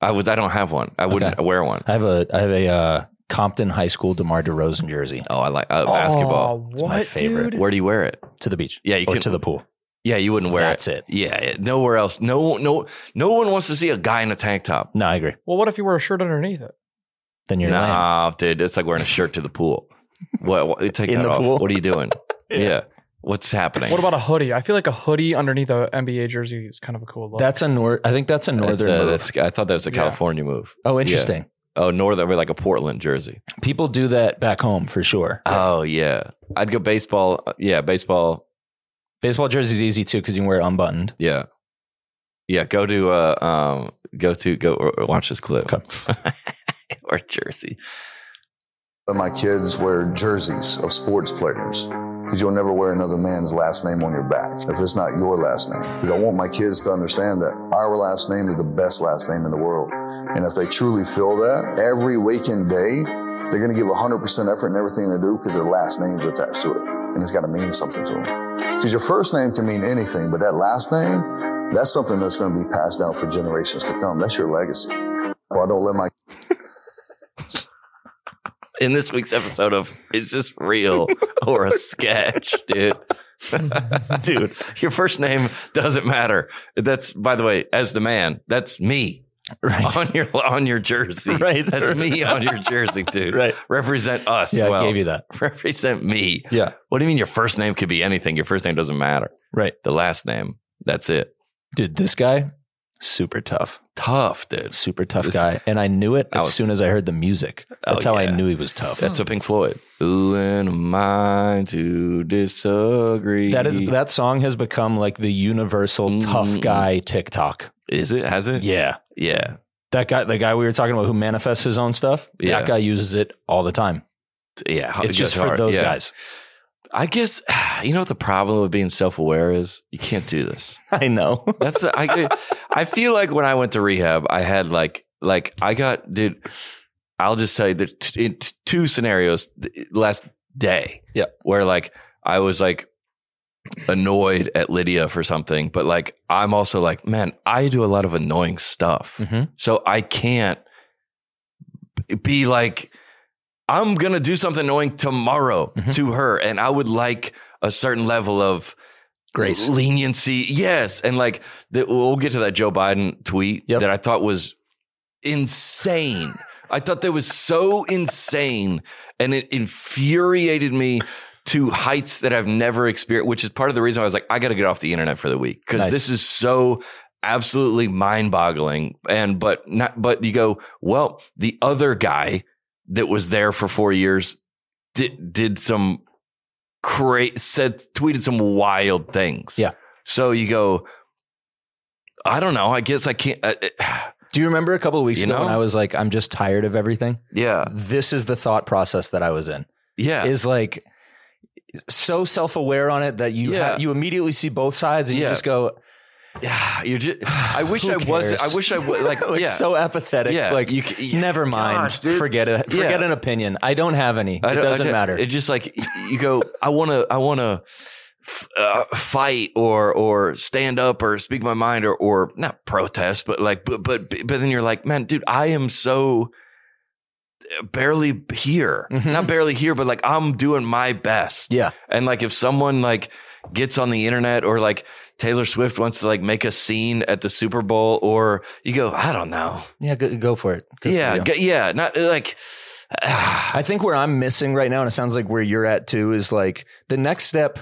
I was. I don't have one. I wouldn't
Okay.
wear one.
I have a I have a uh, Compton High School DeMar DeRozan jersey
Oh, I like uh, basketball.
Oh,
It's my
what,
favorite.
dude?
Where do you wear it?
to the beach
Yeah, you
or
could-
to the pool.
Yeah, you wouldn't wear
That's it.
Yeah, yeah, nowhere else. No, no, no one wants to see a guy in a tank top.
No, I agree.
Well, what if you wear a shirt underneath it?
Then you're lame.
nah, dude, it's like wearing a shirt to the pool. What? what take
In
that
the
off.
pool?
What are you doing? yeah.
Yeah.
what's happening?
What about a hoodie? I feel like a hoodie underneath a NBA jersey is kind of a cool look.
That's a north. I think that's a northern
That's, uh,
move.
that's- I thought that was a
Yeah.
California move.
oh, interesting.
Oh, northern, like a Portland jersey.
People do that back home for sure.
Oh yeah, I'd go baseball. uh, Yeah, baseball.
Baseball jersey's easy too because you can wear it unbuttoned.
Yeah, yeah. Go to uh, um, go to go or- or watch this clip or Jersey.
Let my kids wear jerseys of sports players because you'll never wear another man's last name on your back if it's not your last name. Because I want my kids to understand that our last name is the best last name in the world. And if they truly feel that every waking day, they're going to give 100% effort in everything they do because their last name's attached to it. And it's got to mean something to them. Because your first name can mean anything, but that last name, that's something that's going to be passed down for generations to come. That's your legacy. Well, I don't let my
in this week's episode of Is This Real or a Sketch, dude? dude, your first name doesn't matter. That's by the way, as the man, that's me
Right.
on your on your jersey.
Right.
That's me on your jersey, dude.
Right.
Represent us.
Yeah,
well.
I gave you that.
Represent me.
Yeah.
What do you mean your first name could be anything? Your first name doesn't matter.
Right.
The last name, that's it.
Dude, this guy, super tough.
Tough, dude.
Super tough
This-
guy. And I knew it
I
as
was-
soon as I heard the music. That's
Oh,
how
yeah.
I knew he was tough.
That's a Pink Floyd. Who am I to disagree?
that is that song has become like the universal tough
Mm.
guy TikTok.
Is it? Has it?
Yeah.
Yeah.
That guy, the guy we were talking about who manifests his own stuff,
Yeah.
that guy uses it all the time.
Yeah.
It's just for
hard.
those
Yeah.
guys.
I guess you know what the problem with being self-aware is. You can't do this.
I know.
That's the- I. I feel like when I went to rehab, I had like like I got dude. I'll just tell you the t- in t- two scenarios th- last day.
Yeah.
where like I was like annoyed at Lydia for something, but like I'm also like, man, I do a lot of annoying stuff.
Mhm.
So I can't be like, I'm going to do something annoying tomorrow
Mhm.
to her. And I would like a certain level of
Grace.
leniency. Yes. And like, the, we'll get to that Joe Biden tweet
Yep.
that I thought was insane. I thought that was so insane and it infuriated me to heights that I've never experienced, which is part of the reason I was like, I got to get off the internet for the week because
Nice.
this is so absolutely mind boggling. And, but not, but you go, well, the other guy that was there for four years did, did some cra said, tweeted some wild things.
Yeah.
So you go, I don't know. I guess I can't. Uh, uh,
Do you remember a couple of weeks
You
ago when
know?
I was like, I'm just tired of everything?
yeah.
This is the thought process that I was in.
Yeah.
Is like so self aware on it that you
Yeah.
ha- you immediately see both sides and
Yeah.
you just go,
Yeah, you just. I wish
Who
I was.
cares?
I wish I was like.
oh, it's
yeah,
so apathetic.
yeah.
Like
you. c- yeah.
never mind.
Gosh, dude.
forget it. Forget
Yeah.
an opinion. I don't have any.
I
it
don't- I
doesn't
don't-
matter.
It just like y- you go. I want to. I want to. Uh, fight or or stand up or speak my mind or or not protest but like but but but then you're like man dude I am so uh, barely here
Mhm.
not barely here but like I'm doing my best
yeah.
And like if someone like gets on the internet or like Taylor Swift wants to like make a scene at the Super Bowl or you go, I don't know.
Yeah. Go, go for it. Good for
yeah,
you.
g- yeah, not uh, like
I think where I'm missing right now, and it sounds like where you're at too, is like the next step.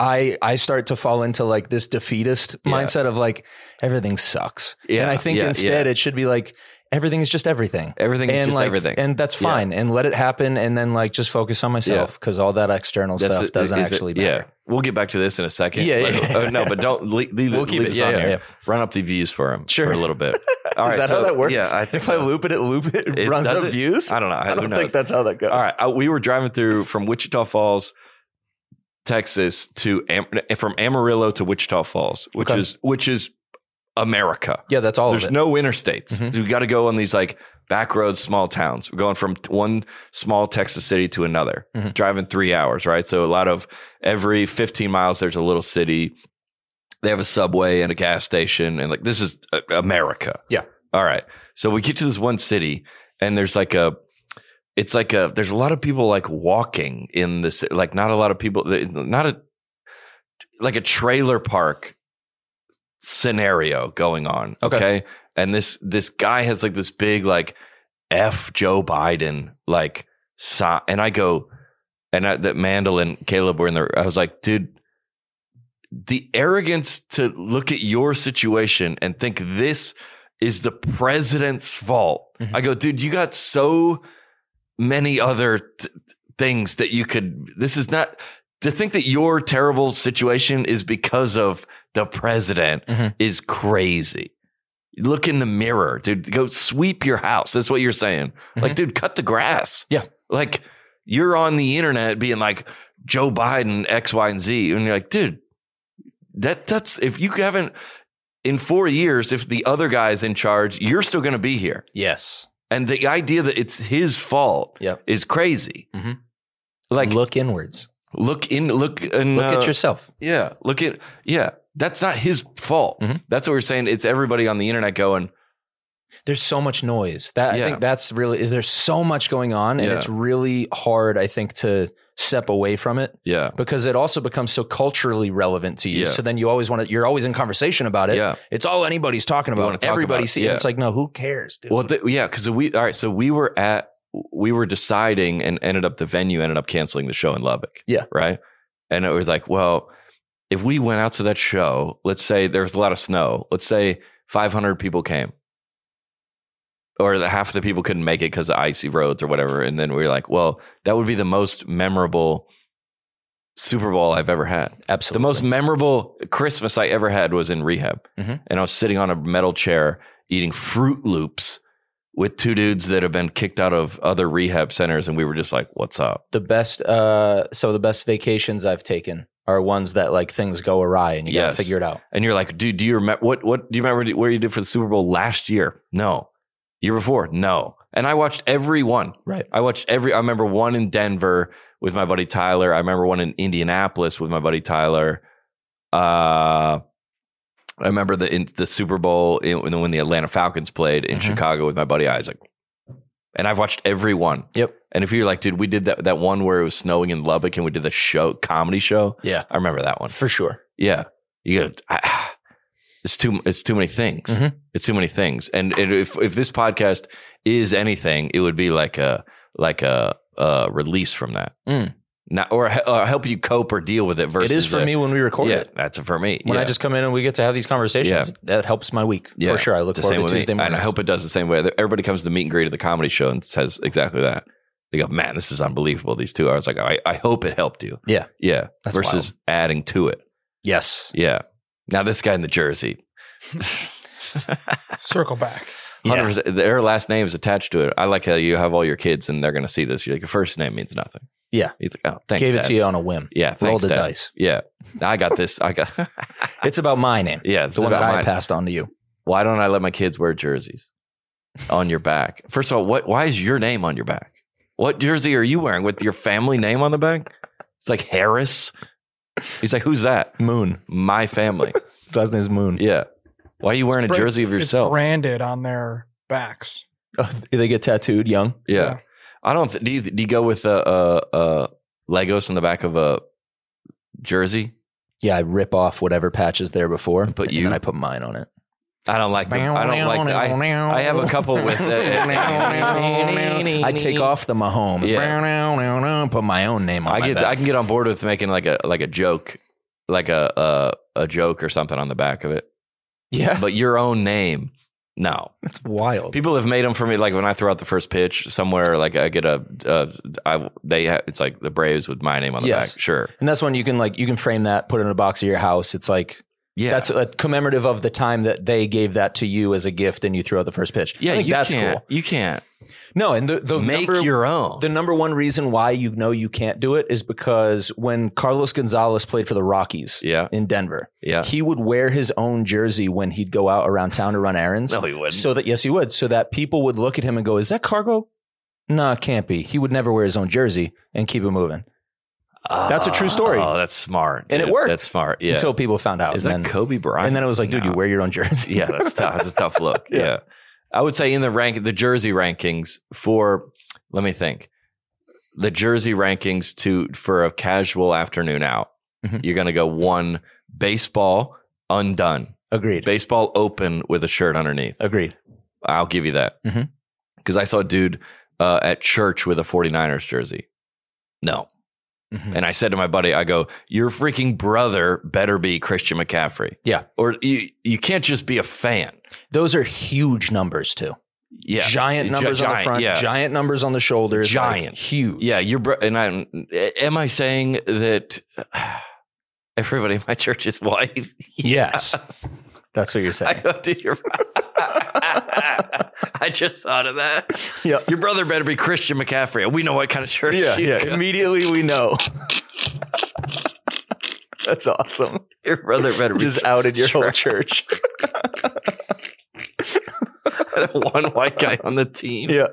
I I start to fall into like this defeatist
Yeah.
mindset of like everything sucks,
Yeah,
and I think
yeah,
instead it should be like everything's just everything,
everything's
and
just
like
everything.
and that's
Yeah.
fine, and let it happen, and then like just focus on myself because all that external
That's
stuff
it-
doesn't
is it-
actually
yeah.
matter.
We'll get back to this in a second.
Yeah, yeah,
Like,
yeah.
oh, no, but don't leave, leave,
We'll
it-
keep
leave
it.
this
Yeah,
on
yeah,
here.
yeah.
Run up the views for him
Sure.
for a little bit. All right,
Is that
so-
how that works?
Yeah, I think
if I
so.
loop it, it loop it, it
Is-
runs
does
up
it?
views.
I don't know.
I
Who
don't
knows?
think that's how that goes.
All right, I, we were driving through from Wichita Falls, Texas to Am- from Amarillo to Wichita Falls, which
Okay.
is which is America.
Yeah, that's all.
There's
of it.
no interstates.
Mhm.
You got to go on these like back roads, small towns. We're going from t- one small Texas city to another,
Mhm.
driving three hours, right? So a lot of every 15 miles, there's a little city. They have a subway and a gas station, and like this is uh, America.
Yeah.
All right. So we get to this one city, and there's like a it's like a there's a lot of people like walking in this like not a lot of people not a like a trailer park scenario going on okay,
Okay.
and this this guy has like this big like f joe biden like si- and i go and I, that mandel and caleb were in there i was like dude the arrogance to look at your situation and think this is the president's fault
Mhm.
i go dude you got so many other th- things that you could. This is not to think that your terrible situation is because of the president
Mhm.
is crazy. Look in the mirror, dude. Go sweep your house. That's what you're saying. Like,
Mhm.
dude, cut the grass.
Yeah.
Like, you're on the internet being like Joe Biden, X, Y, and Z. And you're like, dude, that that's if you haven't in four years, if the other guy's in charge, you're still gonna be here.
Yes.
And the idea that it's his fault
Yep.
is crazy.
Mhm.
Like look,
look inwards.
in, uh, look and
Look at yourself.
yeah, look at yeah. That's not his fault.
Mhm.
That's what we're saying. It's everybody on the internet going.
There's so much noise. That
Yeah.
I think that's really is there's so much going on and
Yeah.
it's really hard I think to step away from it
Yeah,
because it also becomes so culturally relevant to you.
Yeah.
So then you always want to you're always in conversation about it.
yeah.
It's all anybody's talking
You wanna
about.
talk about
Everybody's
it,
seeing
yeah.
it's like no, who cares, dude?
Well, th- yeah, because we all right. So we were at we were deciding and ended up the venue ended up canceling the show in Lubbock.
Yeah.
right. And it was like, well, if we went out to that show, let's say there was a lot of snow. Let's say 500 people came, or the, half of the people couldn't make it because of icy roads or whatever. And then we were like, well, that would be the most memorable Super Bowl I've ever had.
Absolutely.
The most memorable Christmas I ever had was in rehab.
Mhm.
And I was sitting on a metal chair eating Fruit Loops with two dudes that have been kicked out of other rehab centers. And we were just like, what's up?
the best uh so the best vacations I've taken are ones that like things go awry and you
Yes.
gotta figure it out.
And you're like, dude, do you remember what, what do you remember where you did for the Super Bowl last year? No. Year before? No. And I watched every one.
Right.
I watched every. I remember one in Denver with my buddy Tyler. I remember one in Indianapolis with my buddy Tyler. Uh, I remember the in, the Super Bowl in, when the- when the Atlanta Falcons played in
Mhm.
Chicago with my buddy Isaac. And I've watched every one.
Yep.
And if you're like, dude, we did that that one where it was snowing in Lubbock and we did the show comedy show.
Yeah.
I remember that one.
For sure.
Yeah, you got. I- It's too. It's too many things.
Mhm.
It's too many things. And, and if if this podcast is anything, it would be like a like a, a release from that,
Mm.
not or, he- or help you cope or deal with it. Versus
it is for
a-
me when we record
Yeah,
it.
that's for me.
When
yeah.
I just come in and we get to have these conversations, that helps my week
Yeah.
for sure. I look
the same
forward
with
to
me.
Tuesday morning.
and I hope it does the same way. Everybody comes to the meet and greet of the comedy show and says exactly that. They go, man, this is unbelievable. These two hours, like, I, I hope it helped you.
Yeah.
yeah.
That's
versus adding to it.
yes.
Yeah. Now this guy in the jersey,
Circle back.
Yeah.
100%, Their last name is attached to it. I like how you have all your kids and they're going to see this. You're like, your first name means nothing.
Yeah.
He's like, oh, thanks.
Gave
Dad."
it to you on a whim.
Yeah.
Roll
Thanks,
the
Dad.
dice.
Yeah. I got this. I got,
It's about my name.
yeah. It's
the one
about
that I
mine.
passed on to you.
Why don't I let my kids wear jerseys on your back? First of all, what? why is your name on your back? What jersey are you wearing with your family name on the back? It's like Harris. He's like, who's that?
Moon.
My family.
His last name is Moon.
Yeah. Why are you wearing a
Bra-
jersey of
it's
yourself?
branded on their backs.
Oh, they get tattooed young.
Yeah.
Yeah.
I don't. Th- do, you, do you go with uh, uh, uh, Legos in the back of a jersey?
Yeah, I rip off whatever patches there before.
And put
and
you?
then I put mine on it.
I don't like. The, I don't like. The, I, I have a couple with. The,
I take off the Mahomes. Put my own name on
I
my
get.
back.
I can get on board with making like a like a joke, like a uh, a joke or something on the back of it.
yeah,
But your own name, no.
that's wild.
People have made them for me. Like when I throw out the first pitch somewhere, like I get a. Uh, I they ha- it's like the Braves with my name on the
Yes.
back. Sure.
and that's when you can like you can frame that, put it in a box of your house. It's like
Yeah.
That's uh, a commemorative of the time that they gave that to you as a gift and you threw out the first pitch.
yeah.
I think
you
that's
can't.
cool.
You can't
No, and the, the
make
number,
your own.
the number one reason why you know you can't do it is because when Carlos Gonzalez played for the Rockies
yeah.
in Denver,
Yeah.
he would wear his own jersey when he'd go out around town to run errands.
No, he wouldn't.
So that yes, he would. So that people would look at him and go, "Is that cargo?" No, it can't be. He would never wear his own jersey and keep it moving That's a true story.
Oh, that's smart.
And it
dude.
worked.
That's smart. Yeah.
until people found out.
Is that
and, then,
Kobe Bryant?
and then it was like, dude,
No.
you wear your own jersey.
Yeah, that's tough. That's a tough look. yeah. I would say in the rank, the jersey rankings for Let me think. The jersey rankings to for a casual afternoon out.
Mhm.
You're gonna go one baseball undone,
Agreed.
baseball open with a shirt underneath.
Agreed.
I'll give you that. Because
Mhm.
I saw a dude uh, at church with a 49ers jersey. No.
Mhm.
And I said to my buddy, I go, your freaking brother better be Christian McCaffrey.
Yeah.
Or you, you can't just be a fan.
Those are huge numbers too.
Yeah.
Giant
Gi-
numbers on the
giant,
front,
yeah.
giant numbers on the shoulders. like,
Giant.
huge.
Yeah. Your bro- and I, am I saying that everybody in my church is white?
Yes. That's what you're
I
saying.
go, dude, you're I just thought of that.
Yeah.
Your brother better be Christian McCaffrey. We know what kind of church you go to.
Immediately we know. That's awesome.
Your brother better be
Just outed your whole
Sure.
church.
one white guy on the team.
Yeah.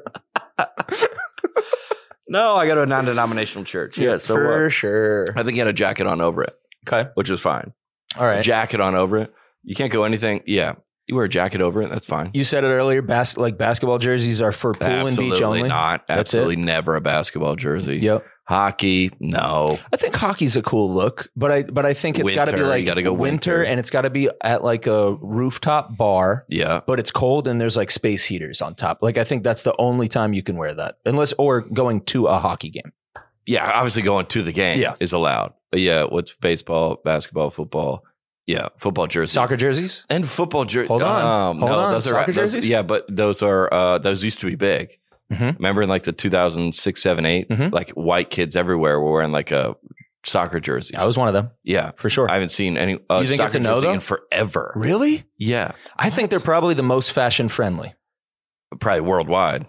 No, I go to a non-denominational church. Yeah, so
for
what?
sure.
I think he had a jacket on over it,
Okay.
which was fine.
All right.
Jacket on over it. You can't go anything. Yeah, you wear a jacket over it. That's fine.
You said it earlier. Bas- like basketball jerseys are for pool
Absolutely
and beach only.
not.
That's it?
Absolutely never a basketball jersey.
Yep.
Hockey, no.
I think hockey's a cool look, but I but I think it's got to be
Winter, you
like
gotta go winter.
and it's got to be at like a rooftop bar,
Yeah,
but it's cold and there's like space heaters on top. Like I think that's the only time you can wear that, unless or going to a hockey game.
yeah. Obviously, going to the game
Yeah.
is allowed. But yeah, what's baseball, basketball, football? Yeah, football jersey,
Soccer jerseys.
and football jerseys.
Hold on. Hold
no,
on.
Those are,
Soccer
those-
jerseys?
yeah, but those are uh, those used to be big.
Mhm.
Remember in like the 2006, 7, 8,
Mhm.
like white kids everywhere were wearing like a soccer jersey.
I was one of them
yeah,
for sure.
I haven't seen any. Uh,
You think
soccer
it's a no,
jersey
though?
in forever.
really?
Yeah,
I think they're probably the most fashion friendly.
probably worldwide.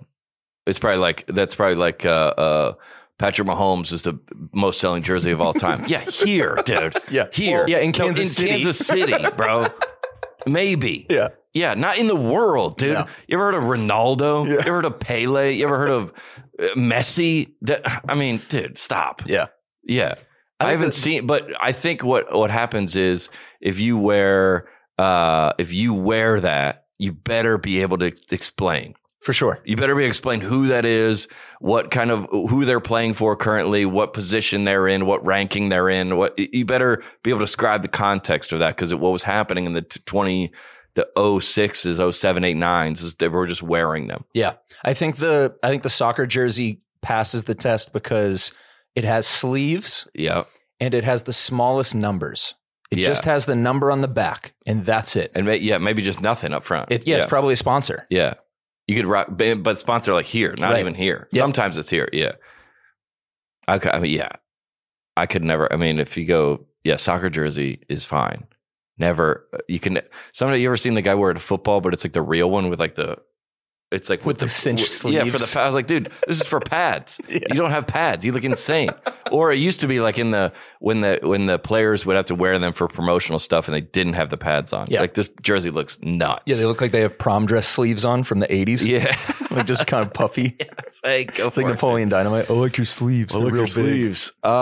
It's probably like that's probably like uh, uh, Patrick Mahomes is the most selling jersey of all time. yeah, here, dude.
Yeah.
here.
yeah, in
No,
Kansas City.
Kansas City, bro. Maybe.
Yeah.
Yeah, not in the world, dude.
No.
You ever heard of Ronaldo?
Yeah.
You ever heard of Pele? You ever heard of uh, Messi? That I mean, dude, stop.
Yeah.
Yeah. I,
I think
haven't
that-
seen but I think what what happens is if you wear uh if you wear that, you better be able to ex- explain.
For sure.
You better be explain who that is, what kind of who they're playing for currently, what position they're in, what ranking they're in. What you better be able to describe the context of that because what was happening in the t- twenty, the 06s, 07, 8, 9s is they were just wearing them.
I think the I think the soccer jersey passes the test because it has sleeves
Yeah,
and it has the smallest numbers. It
Yeah.
just has the number on the back and that's it.
and may, yeah, maybe just nothing up front.
It, yeah,
yeah.
it's probably a sponsor.
yeah. You could rock, ba- but sponsor like here, not
Right.
even here.
Yeah.
Sometimes it's here. Yeah. Okay. I mean, yeah. I could never. I mean, if you go, yeah, soccer jersey is fine. Never. uh, You can. Somebody you ever seen the guy wearing a football, but it's like the real one with like the. It's like
With the cinched
Yeah, for the
sleeves.
pa- I was like, dude, this is for pads. You don't have pads. You look insane. or it used to be like in the when the when the players would have to wear them for promotional stuff and they didn't have the pads on.
Yeah.
Like this jersey looks nuts.
Yeah, they look like they have prom dress sleeves on from the 80s.
Yeah.
Like just kind of puffy.
Hey, go
It's like Napoleon Dynamite. I like your sleeves. They're real big.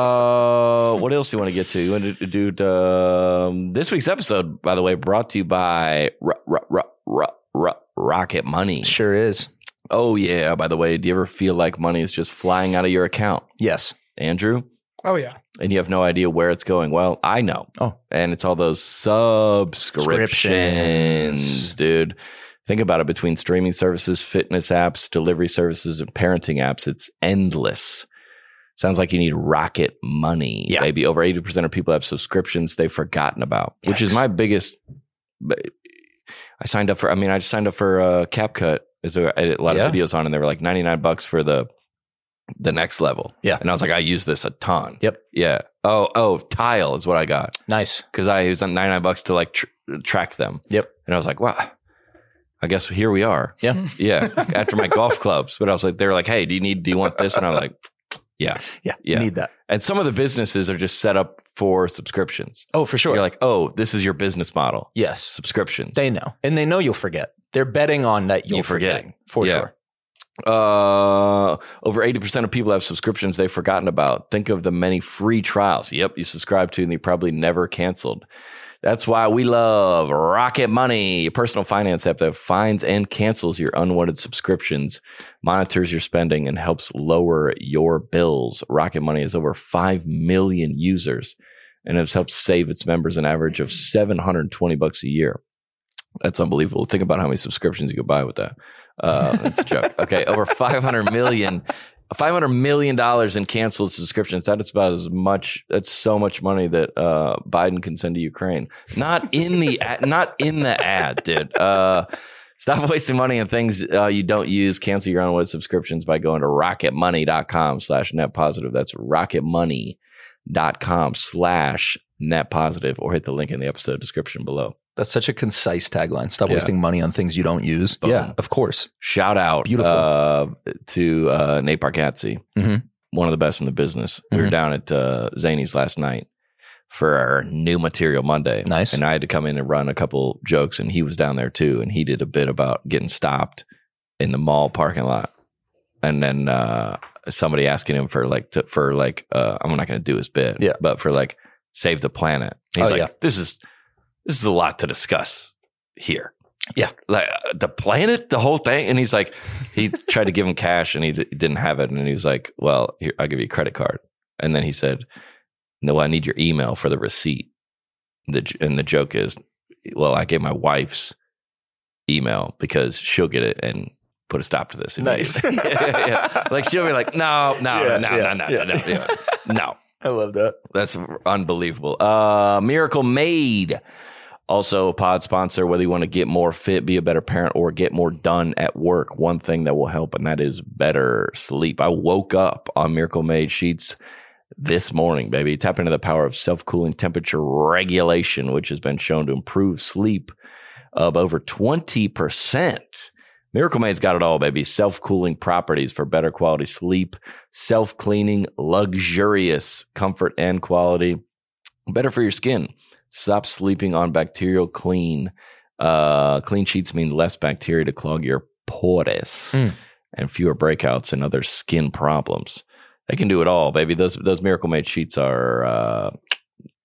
Uh, what else do you want to get to? You want to do um, this week's episode, by the way, brought to you by Ro- Ro- Ro- Ro- Ro- Rocket Money.
Sure is.
Oh yeah. By the way, do you ever feel like money is just flying out of your account,
Yes.
Andrew?
Oh yeah.
And you have no idea where it's going. Well, I know.
Oh.
and it's all those subscriptions,
Subscriptions.
dude. Think about it. Between streaming services, fitness apps, delivery services, and parenting apps, it's endless. Sounds like you need rocket money.
Yeah.
Maybe over 80% of people have subscriptions they've forgotten about, which is
Yikes.
my biggest. I signed up for, I mean, I just signed up for uh, CapCut. Is there I did a lot
Yeah.
of videos on, and they were like 99 bucks for the the next level.
Yeah.
And I was like, I use this a ton.
Yep.
Yeah. Oh, oh, Tile is what I got
Nice.
because I used on 99 bucks to like tr- track them.
Yep.
And I was like, wow, I guess here we are.
Yeah.
Yeah. After my golf clubs. But I was like, they were like, hey, do you need, do you want this? And I'm like,
Yeah.
Yeah.
You need that.
and some of the businesses are just set up for subscriptions.
Oh, for sure.
You're like, oh, this is your business model
yes.
subscriptions.
They know. And they know you'll forget. They're betting on that you'll
You forget.
forget. For
Yeah.
sure.
Uh, over 80% of people have subscriptions they've forgotten about. Think of the many free trials. Yep, you subscribe to and they probably never canceled. That's why we love Rocket Money, your personal finance app that finds and cancels your unwanted subscriptions, monitors your spending, and helps lower your bills. Rocket Money has over 5 million users and has helped save its members an average of 720 bucks a year. That's unbelievable. Think about how many subscriptions you could buy with that. Uh, that's a joke. Okay, over 500 million five hundred million dollars in canceled subscriptions. That is about as much. That's so much money that uh, Biden can send to Ukraine. Not in the ad, not in the ad, dude. Uh, stop wasting money on things uh, you don't use. Cancel your unwanted subscriptions by going to rocketmoney.com slash net positive. That's rocketmoney.com slash net positive or hit the link in the episode description below.
That's such a concise tagline. Stop
Yeah.
wasting money on things you don't use.
Boom.
Yeah, of course.
Shout out
Beautiful.
uh, to uh, Nate Bargatze,
Mhm.
one of the best in the business. We were
Mhm.
down at uh, Zany's last night for our new material Monday.
Nice.
And I had to come in and run a couple jokes, and he was down there too. And he did a bit about getting stopped in the mall parking lot. And then uh, somebody asking him for like, to, for like, uh, I'm not going to do his bit,
Yeah.
but for like, save the planet. He's
Oh,
like,
yeah.
this is, this is a lot to discuss here.
Yeah.
Like uh, the planet, the whole thing. And he's like, he tried to give him cash and he d- didn't have it. And he was like, well, here, I'll give you a credit card. And then he said, no, I need your email for the receipt. The, j- and the joke is, well, I gave my wife's email because she'll get it and put a stop to this. if you
Nice.
do that. Yeah, yeah, yeah. Like she'll be like, no, no,
Yeah,
no, no,
yeah,
no,
yeah.
no, no, no.
I love that.
That's unbelievable. Uh, Miracle Made, also a pod sponsor. Whether you want to get more fit, be a better parent, or get more done at work, one thing that will help, and that is better sleep. I woke up on Miracle Made sheets this morning, baby. Tap into the power of self cooling temperature regulation, which has been shown to improve sleep of over 20%. Miracle Made's got it all, baby. Self cooling properties for better quality sleep, self cleaning, luxurious comfort and quality. Better for your skin. Stop sleeping on bacterial clean. Uh, clean sheets mean less bacteria to clog your pores
Mm.
and fewer breakouts and other skin problems. They can do it all, baby. Those those Miracle Made sheets are uh,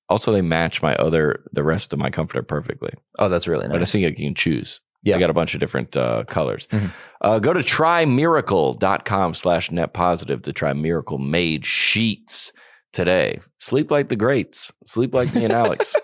also they match my other the rest of my comforter perfectly.
Oh, that's really
But I
nice.
think you can choose.
Yeah.
I got a bunch of different uh, colors.
Mhm.
Uh, go to trymiracle.com slash net positive to try miracle made sheets today. Sleep like the greats. Sleep like me and Alex.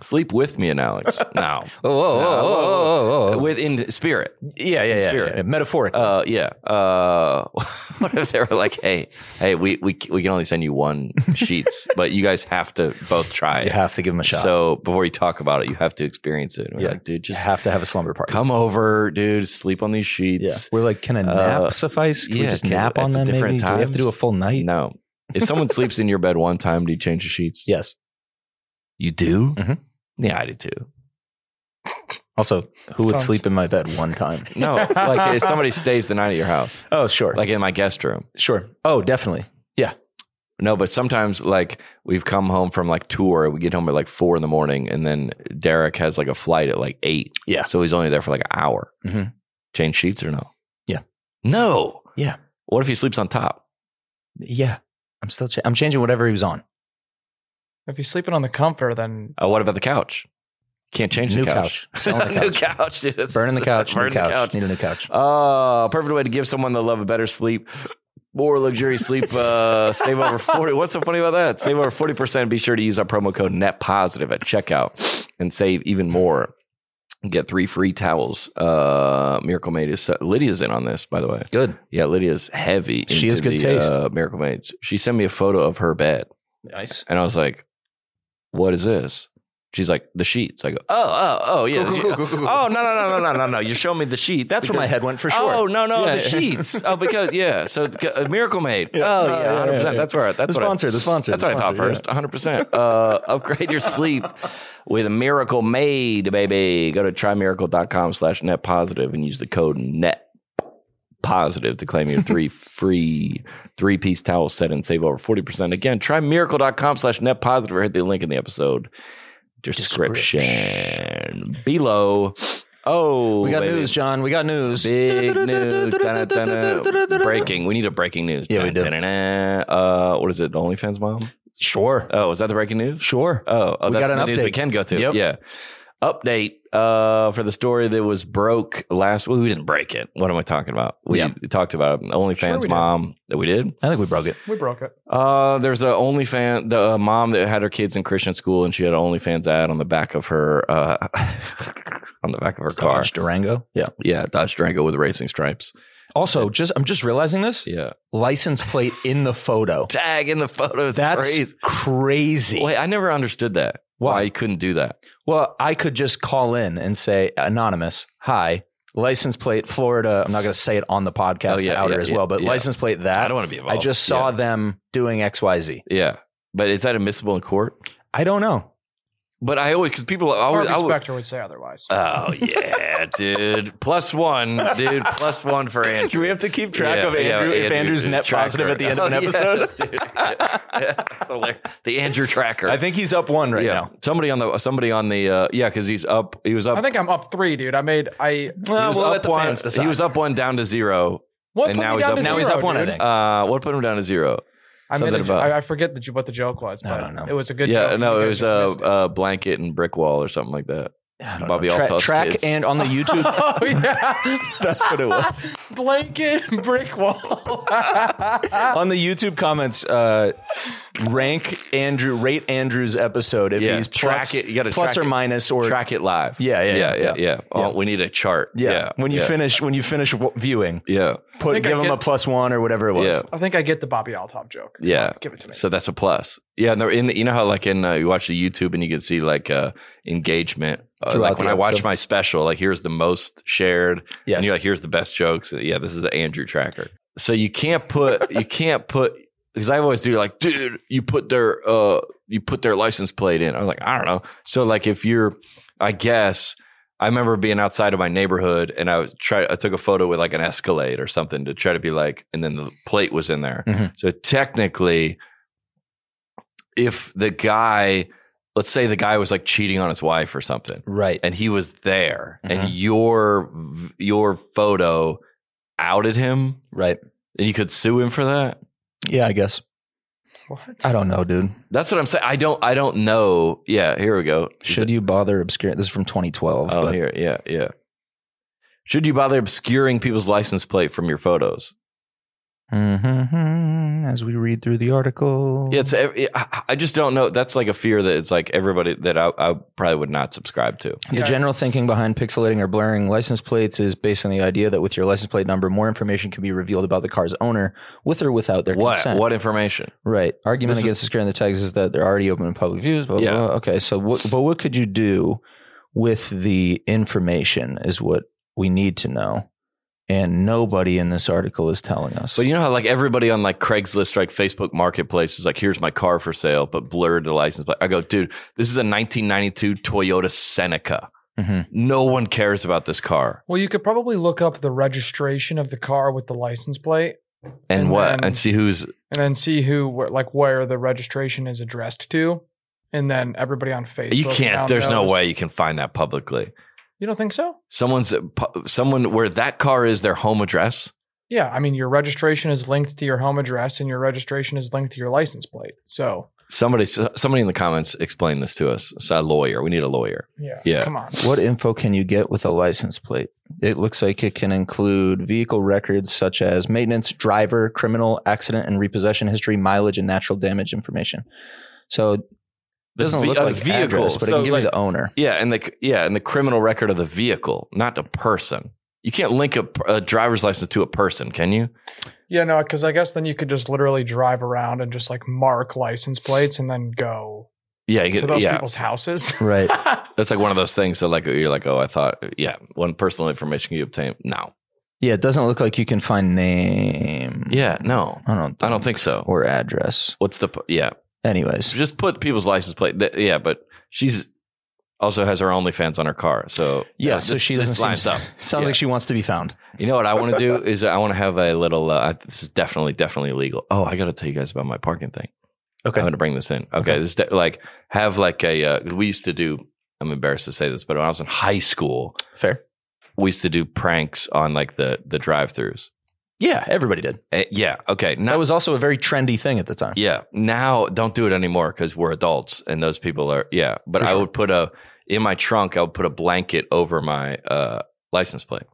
Sleep with me and Alex. Now,
Oh, whoa, whoa,
Yeah,
whoa, whoa, whoa, whoa.
with in spirit.
yeah, yeah, yeah,
spirit.
yeah, yeah. Metaphoric.
Uh, yeah. Uh, what if they were like, hey, hey, we, we, we can only send you one sheets, but you guys have to both try
you
it.
have to give him a shot.
So before you talk about it, you have to experience it. And we're
Yeah.
like, dude,
you
just
have to have a slumber party.
come over, dude. Sleep on these
yeah.
sheets.
We're like, can a nap
Uh,
suffice? Can we
yeah,
just
can-
nap on
at the
them? Maybe?
different
Do we have to do a
times?
full night?
No. If someone sleeps in your bed one time, do you change the sheets?
Yes.
You do?
Mhm.
Yeah, I do too.
Also, who would
Sounds-
sleep in my bed one time?
No, like if somebody stays the night at your house,
Oh, sure.
like in my guest room.
sure. Oh, definitely.
No, but sometimes like we've come home from like tour, we get home at like four in the morning, and then Derek has like a flight at like eight.
Yeah.
So he's only there for like an hour.
Mhm.
Change sheets or no?
Yeah.
No.
Yeah.
What if he sleeps on top?
Yeah. I'm still cha- I'm changing whatever he was on.
If you're sleeping on the comfort, then
Uh, what about the couch? Can't change
New
the couch.
couch. Selling the
new
couch.
couch, dude. It's-
Burning the couch.
Burning
new couch. Need a new couch.
Oh, perfect way to give someone the love of better sleep, more luxurious sleep. Uh, save over 40. What's so funny about that? Save over 40%. Be sure to use our promo code net positive at checkout and save even more. Get three free towels. Uh, Miracle Made is Lydia's in on this, by the way.
Good.
Yeah, Lydia's heavy.
She has
into
good
the,
taste.
Uh, Miracle Made. She sent me a photo of her bed,
Nice.
and I was like, "What is this?" She's like, "The sheets." I go, "Oh, oh, oh, yeah." the sheet." Oh no no no no no no no! You're showing me the sheets.
That's where my
because-
head went for sure.
Oh no no
Yeah.
the sheets. Oh because yeah. So uh, Miracle Made.
Yeah.
Oh
Oh,
yeah,
yeah,
100%.
yeah.
That's where
the
that's what I,
sponsor, the sponsor.
that's
the
what I thought
sponsor, yeah.
first. 100%. Uh, upgrade your sleep with Miracle Made, baby. Go to trymiracle.com slash net positive and use the code net positive to claim your three free three piece towel set and save over 40%. Again, trymiracle.com slash net positive or hit the link in the episode description, below. Oh,
We got
baby.
news, John. We got news.
Big news. Dunna, dunna. Breaking. We need a breaking news.
Yeah, we do.
Dunna, dunna. Uh, what is it? The OnlyFans mom?
Sure.
Oh, is that the breaking news?
Sure.
Oh, oh
We
that's
got
the
an
news we
update.
can go to.
Yep.
Yeah. Update uh, for the story that was broke last well, we didn't break it. What am I talking about? We
Yeah.
talked about
Sure we
OnlyFans
did.
mom that we did.
I think we broke it.
We broke it.
Uh, there's a OnlyFans the uh, mom that had her kids in Christian school, and she had an OnlyFans ad on the back of her uh, on the back of her car.
Dodge Durango. Yeah.
Yeah, Dodge Durango with racing stripes.
Also, just I'm just realizing this
Yeah,
license plate in the photo.
tag in the photos.
That's
crazy.
crazy.
Wait, I never understood that. Why,
Why?
you couldn't do that?
Well, I could just call in and say anonymous. Hi. License plate Florida. I'm not going to say it on the podcast
Oh, yeah,
outer
yeah,
as
yeah,
well, but
yeah.
license plate
I
that.
don't want to be involved.
I just saw
Yeah.
them doing XYZ.
yeah, but is that admissible in court?
I don't know.
But I always because people always.
Harvey
I would,
Specter would say otherwise.
oh yeah, dude. Plus one, dude. Plus one for Andrew.
we have to keep
Yeah, yeah, Andrew, dude, tracker. Oh, yes, dude. Yeah, that's hilarious. the Andrew tracker.
think he's up one
yeah. Somebody on the somebody on the uh, yeah, because he's up. He was up.
I think I'm up three, dude. I made I
he
Well,
was
uh, we'll
up
let the
one.
fans decide.
He was up one, down to zero.
what
And
put
now
me
he's
down
up-
to
now
zero,
he's up one, I
dude?
think.
Uh, what put him down to zero?
I made
Something
a,
about-
I, I forget the, jo- what the joke was,
I
but
don't know.
it was a good
yeah,
joke.
no,
You
it was
guys
a
just missed it.
uh, blanket and brick wall or something like that. Bobby
Tra-
Altos
track
kids.
and on the YouTube.
oh yeah,
That's what it was.
blanket and brick wall.
on the YouTube comments, uh, rank Andrew, rate Andrew's episode if
Yeah,
he's
track
plus,
it. You gotta
plus
track
or
it.
minus or
track it live.
Yeah, yeah,
yeah,
yeah,
yeah.
yeah.
yeah. Oh,
Yeah.
we need a chart.
Yeah,
Yeah,
when you
yeah,
finish when you finish w- viewing,
yeah,
put
think
give
I
him
get-
a plus one or whatever it was.
Yeah.
I think I get the Bobby Altop joke. Come
Yeah.
on, give it to me.
So that's a plus. Yeah, no, in the, you know how like in uh, you watch the YouTube and you can see like uh, engagement. Uh,
Throughout
like when
the
I watch
episode.
my special, like here's the most shared.
Yes.
And you're like, here's the best jokes. Yeah, this is the Andrew tracker. So you can't put you can't put because I always do like, dude, you put their uh you put their license plate in. I'm like, I don't know. So like if you're I guess I remember being outside of my neighborhood and I was try I took a photo with like an escalade or something to try to be like and then the plate was in there.
Mhm.
So technically if the guy let's say the guy was like cheating on his wife or something
Right.
and he was there
Mhm.
and your your photo outed him
Right.
and you could sue him for that
Yeah, I guess.
what?
I don't know, dude.
that's what i'm saying i don't i don't know yeah here we go Is
Should
it-
you bother obscuring? This is from 2012.
oh
but
here yeah yeah should you bother obscuring people's license plate from your photos
Mhm. As we read through the article,
yeah it's ev- I- i just don't know that's like a fear that it's like everybody that i, I probably would not subscribe to
The
Yeah.
general thinking behind pixelating or blurring license plates is based on the idea that with your license plate number, more information can be revealed about the car's owner with or without their
what
consent.
what information
Right. Argument
This is-
against obscuring the tags is that they're already open in public views. Blah, blah,
Yeah.
blah. Okay. So, what, but what could you do with the information is what we need to know. And nobody in this article is telling us.
But you know how like everybody on like Craigslist, like Facebook Marketplace is like, here's my car for sale, but blurred the license plate. I go, dude, this is a 1992 Toyota Seneca.
Mhm.
No one cares about this car.
Well, you could probably look up the registration of the car with the license plate,
And,
And
what?
then-
and see who's
and then see who, where, like, where the registration is addressed to, and then everybody on Facebook.
you
now
can't. There's no
knows.
way you can find that publicly.
You don't think so?
Someone's someone where that car is their home address.
Yeah, I mean, your registration is linked to your home address, and your registration is linked to your license plate. So,
Somebody, somebody in the comments explain this to us. It's a lawyer. We need a lawyer.
yeah,
Yeah.
come on.
What info can you get with a license plate? It looks like it can include vehicle records such as maintenance, driver, criminal, accident, and repossession history, mileage, and natural damage information. So it doesn't
The ve-
look
a
like vehicle, address, but it
So,
can give
like-
you the owner.
Yeah, and the yeah, and the criminal record of the vehicle, not the person. You can't link a, a driver's license to a person, can you?
Yeah, no, because I guess then you could just literally drive around and just like mark license plates, and then go
Yeah, you
to
could-
those
yeah.
people's houses.
Right.
That's like one of those things that like you're like, oh, I thought, yeah, one personal information you obtain. No,
Yeah, it doesn't look like you can find name.
yeah, no,
I don't
I don't think so.
or address.
What's the p- yeah?
Anyways.
Just put people's license plate. Th- Yeah, but she's also has her OnlyFans on her car, so
Yeah,
uh,
so
this-
she
this
doesn't seem-
lines up.
Sounds
Yeah.
like she wants to be found.
You know what I want to do is I want to have a little. Uh, this is definitely definitely illegal. Oh, I got to tell you guys about my parking thing.
Okay.
I'm going to bring this in. Okay,
Okay.
this is de- like have like a. Uh, we used to do. I'm embarrassed to say this, but when I was in high school,
Fair.
we used to do pranks on like the the drive-throughs.
Yeah, everybody did.
Eh, yeah. Okay.
That
Now,
was also a very trendy thing at the time.
yeah. Now, don't do it anymore because we're adults and those people are. Yeah. But
For
I
sure.
would put a in my trunk. I would put a blanket over my uh, license plate,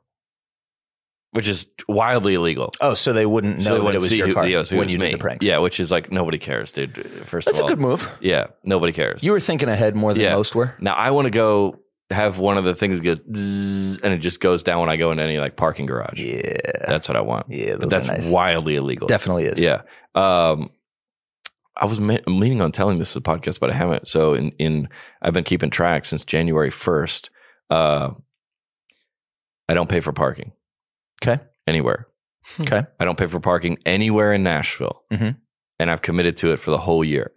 which is wildly illegal.
Oh, so they wouldn't know
So they
that
wouldn't
it was
see
your
who-
car
yeah, so it
when
was
you
me.
did the pranks.
Yeah, which is like nobody cares, dude. First
that's
of
a
all,
good move.
yeah, nobody cares.
You were thinking ahead more than
Yeah.
most were.
Now I want to go have one of the things that goes zzz, and it just goes down when I go into any like parking garage.
Yeah,
That's what I want.
yeah, those
But that's
are nice.
wildly illegal.
Definitely is.
Yeah. Um, I was me- I'm leaning on telling this to the podcast, but I haven't. So in in I've been keeping track since January first. Uh, I don't pay for parking.
Okay.
Anywhere.
Okay.
I don't pay for parking anywhere in Nashville,
Mhm.
and I've committed to it for the whole year.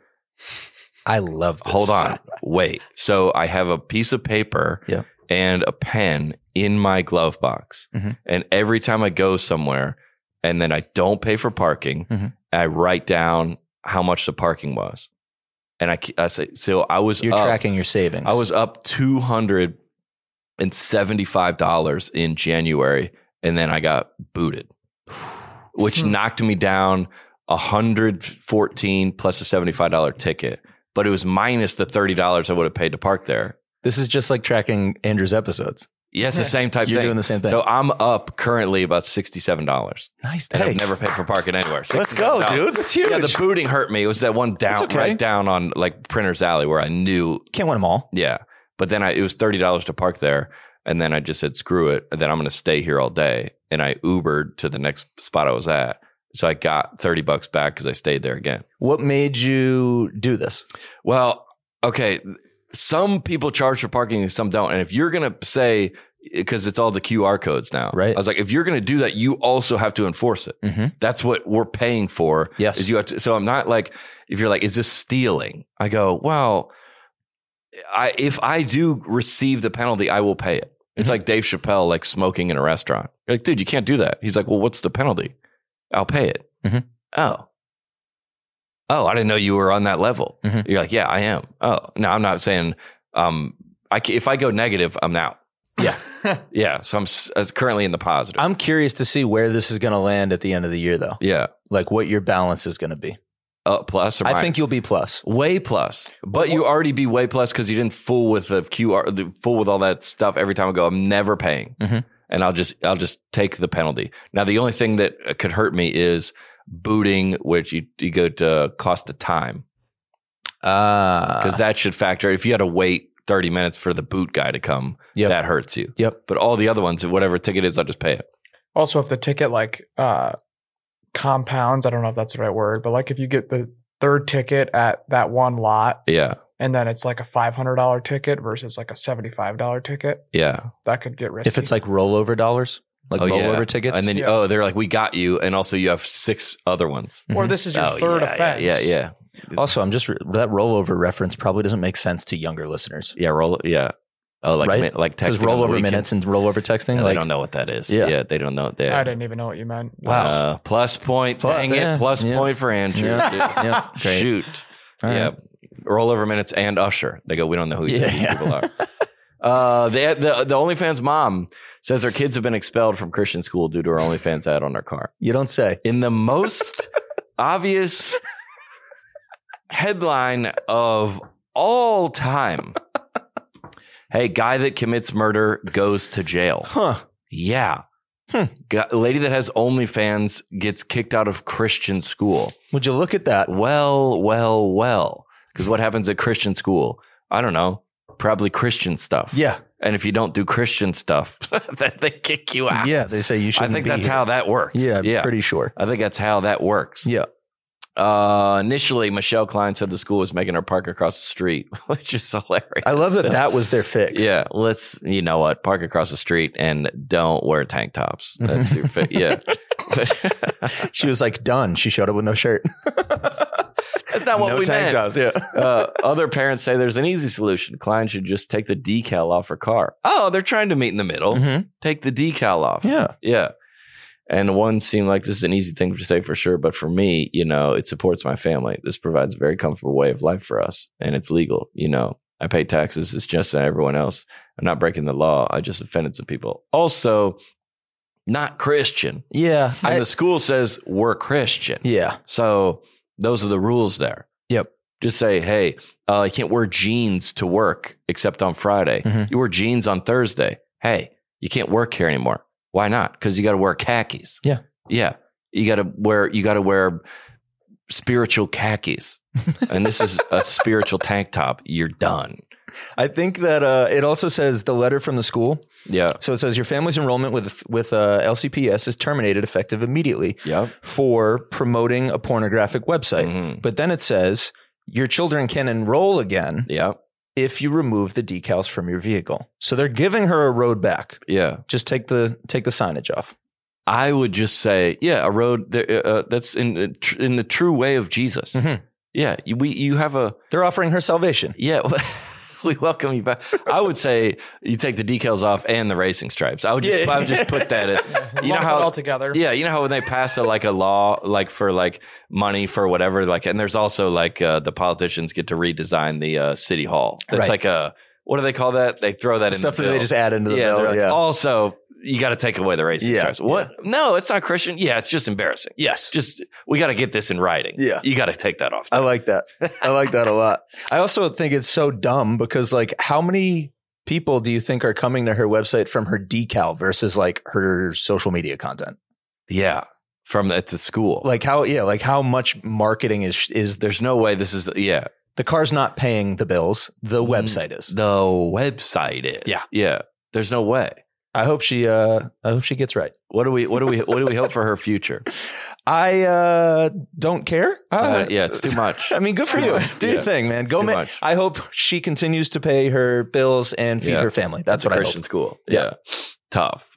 I love. This.
Hold on, wait. So I have a piece of paper
Yeah.
and a pen in my glove box,
Mhm.
and every time I go somewhere, and then I don't pay for parking,
Mhm.
I write down how much the parking was, and I, ke- I say so I was
You're
up-
tracking your savings.
Uh, I was up two hundred and seventy five dollars in January, and then I got booted, which
Hmm.
knocked me down hundred fourteen plus a seventy five dollar ticket. But it was minus the thirty dollars I would have paid to park there.
This is just like tracking Andrew's episodes.
Yes, the same type
You're
thing.
doing the same thing.
so I'm up currently about sixty seven dollars,
nice.
and
Hey,
I've never paid for parking anywhere.
let's go,
$67.
dude. That's huge.
Yeah, the booting hurt me. It was that one down,
okay.
right down on like Printer's Alley where I knew
Can't win them all.
Yeah. But then I it was thirty dollars to park there. And then I just said, screw it. And then I'm gonna stay here all day. And I Ubered to the next spot I was at. So I got thirty bucks back because I stayed there again.
What made you do this?
Well, okay. Some people charge for parking and some don't. And if you're gonna say because it's all the QR codes now.
Right.
I was like, if you're gonna do that, you also have to enforce it.
Mhm.
That's what we're paying for.
Yes.
Mm-hmm. Is you have to, so I'm not like if you're like, is this stealing? I go, well, I if I do receive the penalty, I will pay it. It's
Mm-hmm.
like Dave Chappelle, like smoking in a restaurant. You're like, dude, you can't do that. He's like, well, what's the penalty? I'll pay it.
Mhm.
Oh, oh, I didn't know you were on that level.
Mhm.
You're like, yeah, I am. Oh, no, I'm not saying. Um, I ca- if I go negative, I'm out. Yeah, so I'm s- uh, currently in the positive.
I'm curious to see where this is going to land at the end of the year, though.
yeah,
Like what your balance is going to be.
uh, plus or
I
minus.
think you'll be plus.
Way plus, but you already be way plus because you didn't fool with the QR, the, fool with all that stuff. Every time I go, I'm never paying,
Mhm.
and I'll just I'll just take the penalty. Now the only thing that could hurt me is booting, which you, you go to cost of time
Ah,
because that should factor. If you had to wait 30 minutes for the boot guy to come,
Yep.
that hurts you.
Yep.
But all the other ones, whatever ticket is, I'll just pay it.
Also, if the ticket like uh compounds, I don't know if that's the right word, but like if you get the third ticket at that one lot
Yeah,
and then it's like a five hundred dollar ticket versus like a seventy five dollar ticket,
yeah.
that could get risky.
if it's like rollover dollars, like
Oh, yeah.
rollover tickets,
And then
Yeah.
oh, they're like, we got you, and also you have six other ones.
or
Mhm.
this is your
Oh,
third
yeah,
offense.
Yeah, yeah, yeah.
Also, I'm just that rollover reference probably doesn't make sense to younger listeners
Yeah, roll. Yeah. Oh, like
Right?
mi- like
because
texting on the
rollover
weekend.
minutes and rollover texting,
Yeah,
like
they don't know what that is.
Yeah.
Yeah, they don't know. They,
I didn't even know what you meant.
Wow.
Uh, plus point.
Plus-
dang
yeah,
it. Plus
yeah.
point for Andrew.
Yeah,
dude.
yeah, great.
Shoot.
All right.
yeah. Rollover minutes and Usher. They go. We don't know who
Yeah,
these
yeah.
people are. Uh, they, the the OnlyFans mom says her kids have been expelled from Christian school due to her OnlyFans ad on her car.
You don't say.
In the most obvious headline of all time. Hey, guy that commits murder goes to jail.
Huh.
Yeah.
Hmm.
Gu- lady that has OnlyFans gets kicked out of Christian school.
Would you look at that?
Well, well, well. Because what happens at Christian school? I don't know. Probably Christian stuff.
Yeah.
And if you don't do Christian stuff, then they kick you out.
Yeah. They say you
I
shouldn't
think
be
that's
here.
how that works.
Yeah. I'm
Yeah.
Pretty sure.
I think that's how that works.
Yeah.
Uh, initially, Michelle Klein said the school was making her park across the street, which is hilarious.
I love that
Still.
that was their fix.
Yeah, let's you know what, park across the street and don't wear tank tops. That's your fit. Yeah, that's
She was like done. She showed up with no shirt.
not what we meant.
tops. Yeah.
Uh, other parents say there's an easy solution. Klein should just take the decal off her car. Oh, they're trying to meet in the middle.
Mhm.
Take the decal off.
Yeah.
Yeah. And one seemed like this is an easy thing to say for sure, but for me, you know, it supports my family. This provides a very comfortable way of life for us, and it's legal. You know, I pay taxes. It's just like everyone else. I'm not breaking the law. I just offended some people. Also, not Christian.
Yeah.
And
I-
the school says we're Christian.
yeah.
So those are the rules there.
Yep.
Just say, hey, uh, you can't wear jeans to work except on Friday.
Mhm.
You wear jeans on Thursday. Hey, you can't work here anymore. Why not? Because you got to wear khakis.
Yeah.
Yeah. You got to wear. You got to wear spiritual khakis. and this is a spiritual tank top. You're done.
I think that uh, it also says the letter from the school.
Yeah.
So it says your family's enrollment with with uh, LCPS is terminated effective immediately
Yep.
for promoting a pornographic website.
Mhm.
But then it says your children can enroll again
Yep.
if you remove the decals from your vehicle. So they're giving her a road back.
Yeah.
Just take the take the signage off.
I would just say, yeah, a road there, uh, that's in the tr- in the true way of Jesus.
Mhm.
Yeah, you, we you have a
They're offering her salvation.
yeah. We welcome you back. I would say you take the decals off and the racing stripes. I would just
Yeah.
I would just put that in.
Yeah,
You know
lump it
how-
all together.
Yeah, you know how when they pass a, like a law like for like money for whatever like, and there's also like uh, the politicians get to redesign the uh, city hall. It's
Right.
like a what do they call that? They throw that in
Stuff
the
that they
bill.
just add into the
yeah,
bill.
they're like, "Oh,
yeah.
Also, you got to take away the racing
Yeah.
stripes. What? No, it's not Christian. Yeah, it's just embarrassing.
yes.
Just we got to get this in writing.
Yeah.
you got to take that off.
I like that. I like that a lot. I also think it's so dumb because like how many people do you think are coming to her website from her decal versus like her social media content?
yeah, from the, at the school.
Like how yeah, like how much marketing is is the,
there's no way this is. The, yeah,
the car's not paying the bills, the
Mm.
website is.
the website is.
Yeah.
yeah. There's no way.
I hope she uh I hope she gets right.
What do we? What do we? What do we hope for her future?
I uh don't care.
Uh, yeah, it's too much.
I mean, good for
Too
you.
much.
Do
Yeah.
your thing, man. Go
Too
ma-
much.
I hope she continues to pay her bills and feed
Yeah.
her family. That's
It's a
what I
Christian
hope.
school. Yeah.
Yeah.
Tough.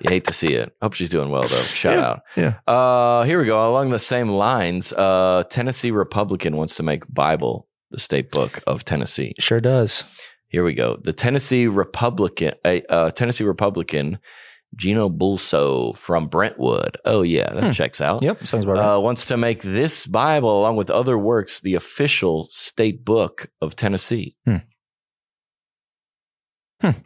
you hate to see it. Hope she's doing well though. Shout
Yeah,
out.
yeah.
Uh here we go. Along the same lines, uh Tennessee Republican wants to make Bible the state book of Tennessee.
Sure does.
Here we go. The Tennessee Republican a uh, Tennessee Republican Gino Bulso from Brentwood. Oh yeah, that
Hmm.
checks out.
Yep. Sounds about right.
Uh, wants to make this Bible, along with other works, the official state book of Tennessee.
Hmm. Hmm.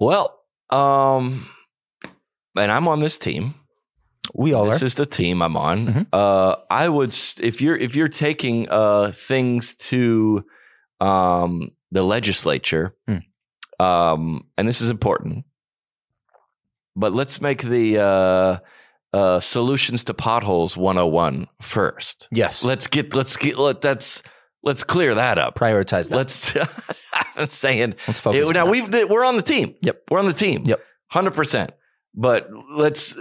Well, um, and I'm on this team.
we all are.
This is the team I'm on.
Mhm.
Uh, I would s- if you're if you're taking uh, things to um, the legislature,
Hmm.
um, and this is important. But let's make the uh, uh, solutions to potholes 101 first.
yes.
Let's get let's get let that's let's clear that up.
prioritize that.
Let's I'm saying
Let's focus.
it-
on
now
that.
we've we're on the team.
Yep.
we're on the team.
Yep.
hundred percent. But let's.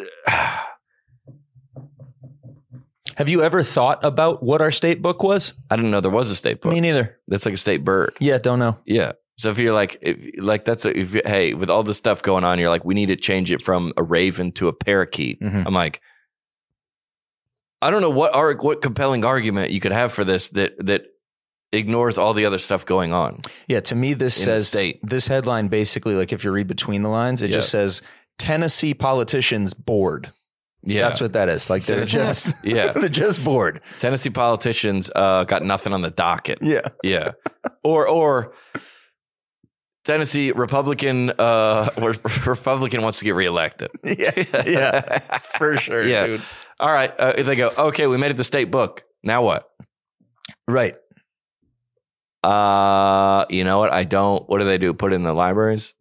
have you ever thought about what our state book was?
I didn't know there was a state book.
Me neither.
that's like a state bird.
Yeah, don't know.
Yeah. So if you're like, if, like that's a, if you, hey, with all this stuff going on, you're like, we need to change it from a raven to a parakeet.
Mhm.
I'm like, I don't know what arg, what compelling argument you could have for this that that ignores all the other stuff going on.
Yeah, to me this
In the
says
state.
this headline basically like if you read between the lines, it
Yeah.
just says Tennessee politicians bored.
Yeah,
That's what that is. Like they're
Tennessee-
just
yeah.
they're just bored.
Tennessee politicians uh, got nothing on the docket.
Yeah.
Yeah. Or or Tennessee Republican uh re- Republican wants to get reelected.
Yeah. Yeah. For sure,
Yeah.
dude.
All right. Uh, they go, okay, we made it the state book. Now what?
Right.
Uh, you know what? I don't. What do they do? Put it in the libraries?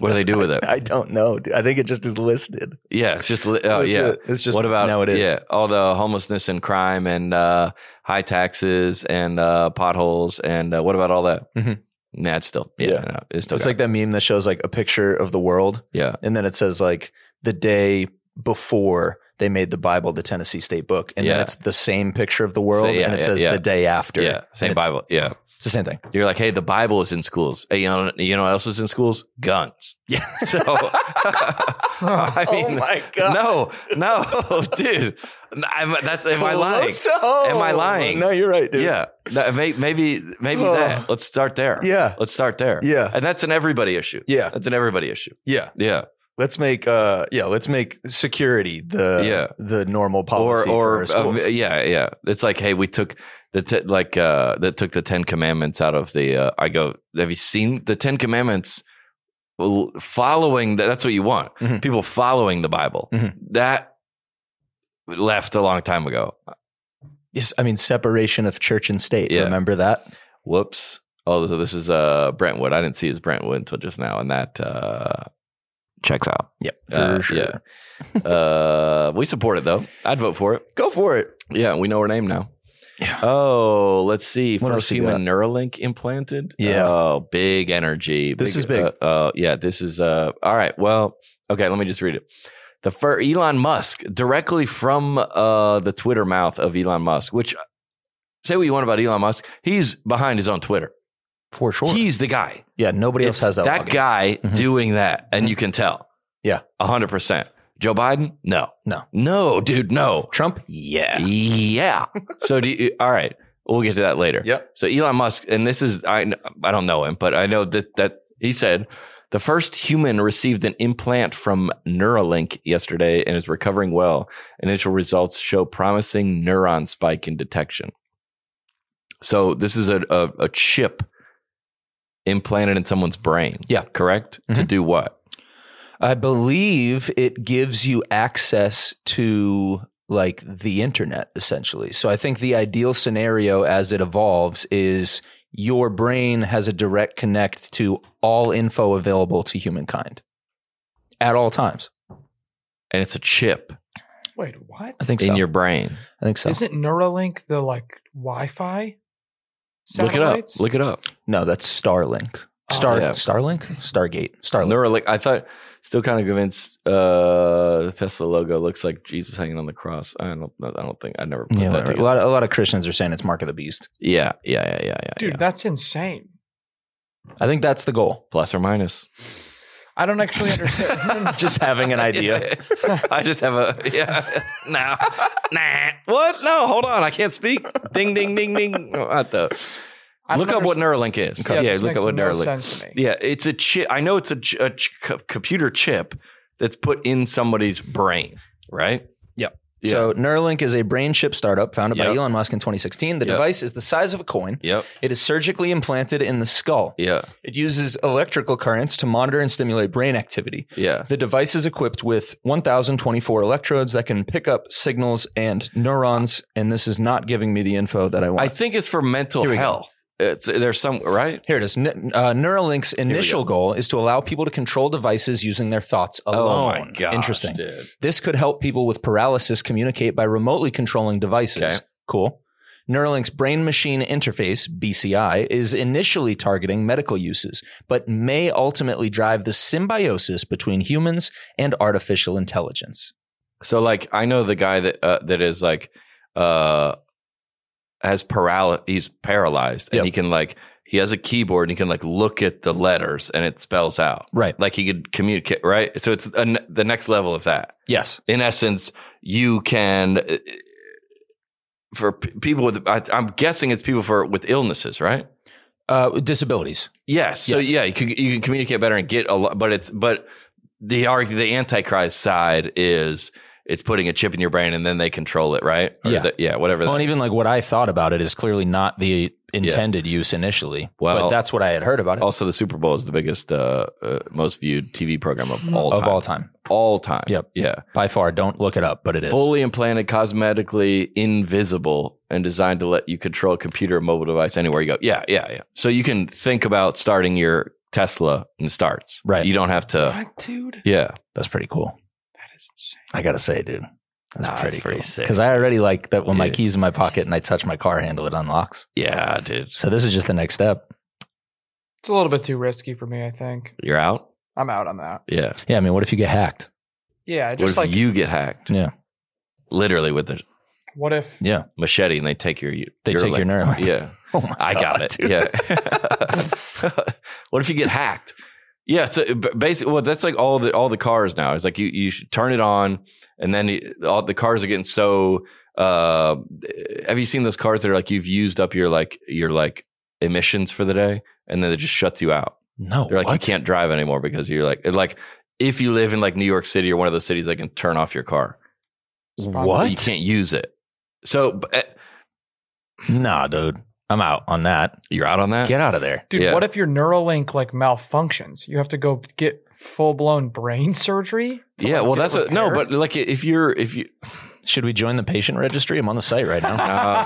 what do they do with it?
I don't know. dude. I think it just is listed.
Yeah, it's just. li- Oh,
That's
yeah.
it. It's just
what about
now it is.
Yeah, all the homelessness and crime and uh, high taxes and uh, potholes and uh, what about all that?
Mhm.
Nah, it's still. Yeah,
Yeah.
no, it's still.
It's
got-
like that meme that shows like a picture of the world
yeah,
and then it says like the day before they made the Bible the Tennessee State Book, and then
Yeah.
it's the same picture of the world,
So, yeah,
and it
yeah,
says
yeah.
the day after.
yeah, same
And it's-
Bible. Yeah,
It's the same thing.
you're like, hey, the Bible is in schools. Hey, you know, you know what else is in schools? Guns.
Yeah. Oh
So, I mean,
my
no, no, dude. I'm, that's am I lying? Am I lying?
No, you're right, dude.
Yeah, No, may- maybe maybe
Oh.
that. Let's start there.
yeah,
let's start there.
yeah,
and that's an everybody issue.
yeah,
That's an everybody issue.
yeah.
Yeah,
Let's make uh, yeah, let's make security the
Yeah.
the normal
or
policy for our
or um,
schools.
yeah, yeah. It's like hey, we took the te- like uh that took the Ten Commandments out of the. Uh, I go, have you seen the Ten Commandments? l- following that that's what you want
Mhm.
people following the bible
Mhm.
that left a long time ago
Yes, I mean separation of church and state.
Yeah.
Remember that?
whoops oh so this is uh brentwood i didn't see his brentwood until just now and that uh checks out
Yep. For
Uh,
sure.
yeah. uh we support it though i'd vote for it
Go for it.
yeah we know her name now
Yeah.
Oh, let's see.
What
First
else you
human Neuralink implanted.
Yeah.
Oh, big energy.
This is big.
Uh, uh, yeah, this is. Uh, all right. Well, okay. Let me just read it. The fir- Elon Musk directly from uh, the Twitter mouth of Elon Musk. Which say what you want about Elon Musk, he's behind his own Twitter.
For sure.
He's the guy.
yeah. Nobody
It's
else has that. login.
guy
Mhm.
doing that, and
Mhm.
you can tell.
Yeah.
hundred percent. Joe Biden? No,
No.
no, dude, no.
Trump. Yeah.
Yeah. so do you, all right. We'll get to that later.
Yep.
So Elon Musk, and this is I kn- I don't know him, but I know that that he said the first human received an implant from Neuralink yesterday and is recovering well. Initial results show promising neuron spike in detection. So this is a a, a chip implanted in someone's brain.
Yeah. Mm-hmm.
correct. To do what?
I believe it gives you access to like the internet essentially. So I think the ideal scenario as it evolves is your brain has a direct connect to all info available to humankind at all times.
And it's a chip
Wait, what?
I think so.
in your brain.
I think so.
Isn't Neuralink the like Wi-Fi?
Look it up.
satellites?
Look it up.
no, that's Starlink. Star
Oh, yeah.
Starlink? Stargate. Starlink.
Neuralink. I thought, still kind of convinced. Uh, the Tesla logo looks like Jesus hanging on the cross. I don't. know. I don't think I never. Put
Yeah,
that
whatever. a
together.
lot of, a lot of Christians are saying it's mark of the beast.
yeah, yeah, yeah, yeah, yeah.
dude,
yeah.
that's insane.
I think that's the goal.
Plus or minus.
I don't actually understand.
Just having an idea.
I just have a yeah. No, nah. What? No, hold on. I can't speak. Ding, ding, ding, ding. Oh, What the?
I don't
Look up what
understand-
Neuralink is.
Yeah,
Yeah,
this
look
makes
up what
no
Neuralink.
sense to me.
Yeah, it's a chip. I know it's a, ch- a ch- co- computer chip that's put in somebody's brain, right?
Yep.
Yeah.
So Neuralink is a brain chip startup founded by
Yep.
Elon Musk in 2016. The
Yep.
device is the size of a coin.
Yep.
It is surgically implanted in the skull.
Yeah.
It uses electrical currents to monitor and stimulate brain activity.
Yeah.
The device is equipped with 1,024 electrodes that can pick up signals and neurons. And this is not giving me the info that I
I
want.
think it's for mental
Here we go.
health. It's there's some right.
Here it is. Ne- uh, Neuralink's initial goal is to allow people to control devices using their thoughts alone.
Oh gosh,
Interesting.
dude.
This could help people with paralysis communicate by remotely controlling devices.
Okay.
Cool. Neuralink's brain machine interface, BCI, is initially targeting medical uses, but may ultimately drive the symbiosis between humans and artificial intelligence.
So like I know the guy that uh, that is like uh has paralysis. He's paralyzed, and
Yep.
he can like he has a keyboard and he can like look at the letters and it spells out.
Right.
Like he could communicate, right? So it's an, the next level of that.
Yes.
In essence, you can uh, for p- people with. I, I'm guessing it's people for with illnesses, right?
Uh, disabilities.
Yes. So
Yes.
yeah, you can you can communicate better and get a lot, but it's but the arg the antichrist side is it's putting a chip in your brain and then they control it, right?
Yeah.
the- yeah. Whatever.
Well,
that-
and even like what I thought about it is clearly not the intended use initially.
Well-
but that's what I had heard about it
also, the Super Bowl is the biggest, uh, uh, most viewed TV program of all
of
time.
all time.
all time.
Yep.
Yeah.
By far, don't look it up, but it is.
Fully implanted, cosmetically invisible, and designed to let you control a computer or mobile device anywhere you go. Yeah, yeah, yeah. So you can think about starting your Tesla and it starts.
Right.
You don't have to.
What, dude?
Yeah.
That's pretty cool.
That is insane.
I gotta say, dude, that's
Nah,
pretty,
it's pretty sick.
Because I already like that when my
Yeah.
keys in my pocket and I touch my car handle, it unlocks.
Yeah, dude.
So this is just the next step.
It's a little bit too risky for me. I think
You're out.
I'm out on that.
Yeah.
Yeah, I mean, what if you get hacked?
Yeah,
What
just
if
like
you get hacked?
Yeah.
Literally with a
what if
Yeah,
machete and they take your
they
your
take
leg.
your nerve.
Yeah.
Oh my
I got
God,
it.
dude.
Yeah. what if you get hacked? Yeah, so uh, basically, well, that's like all the all the cars now. It's like you you should turn it on, and then you, all the cars are getting so. Uh, have you seen those cars that are like you've used up your like your like emissions for the day, and then it just shuts you out?
No,
They're like
what?
you can't drive anymore because you're like like if you live in like New York City or one of those cities, they can turn off your car.
probably-
But you
What?
can't use it. So b- eh,
Nah, dude. I'm out on that.
You're out on that.
Get out of there.
Dude,
Yeah.
what if your Neuralink like malfunctions? You have to go get full blown brain surgery. to,
yeah.
like,
Well,
get
that's a, no,
repaired?
but like if you're if you,
Should we join the patient registry? I'm on the site right now.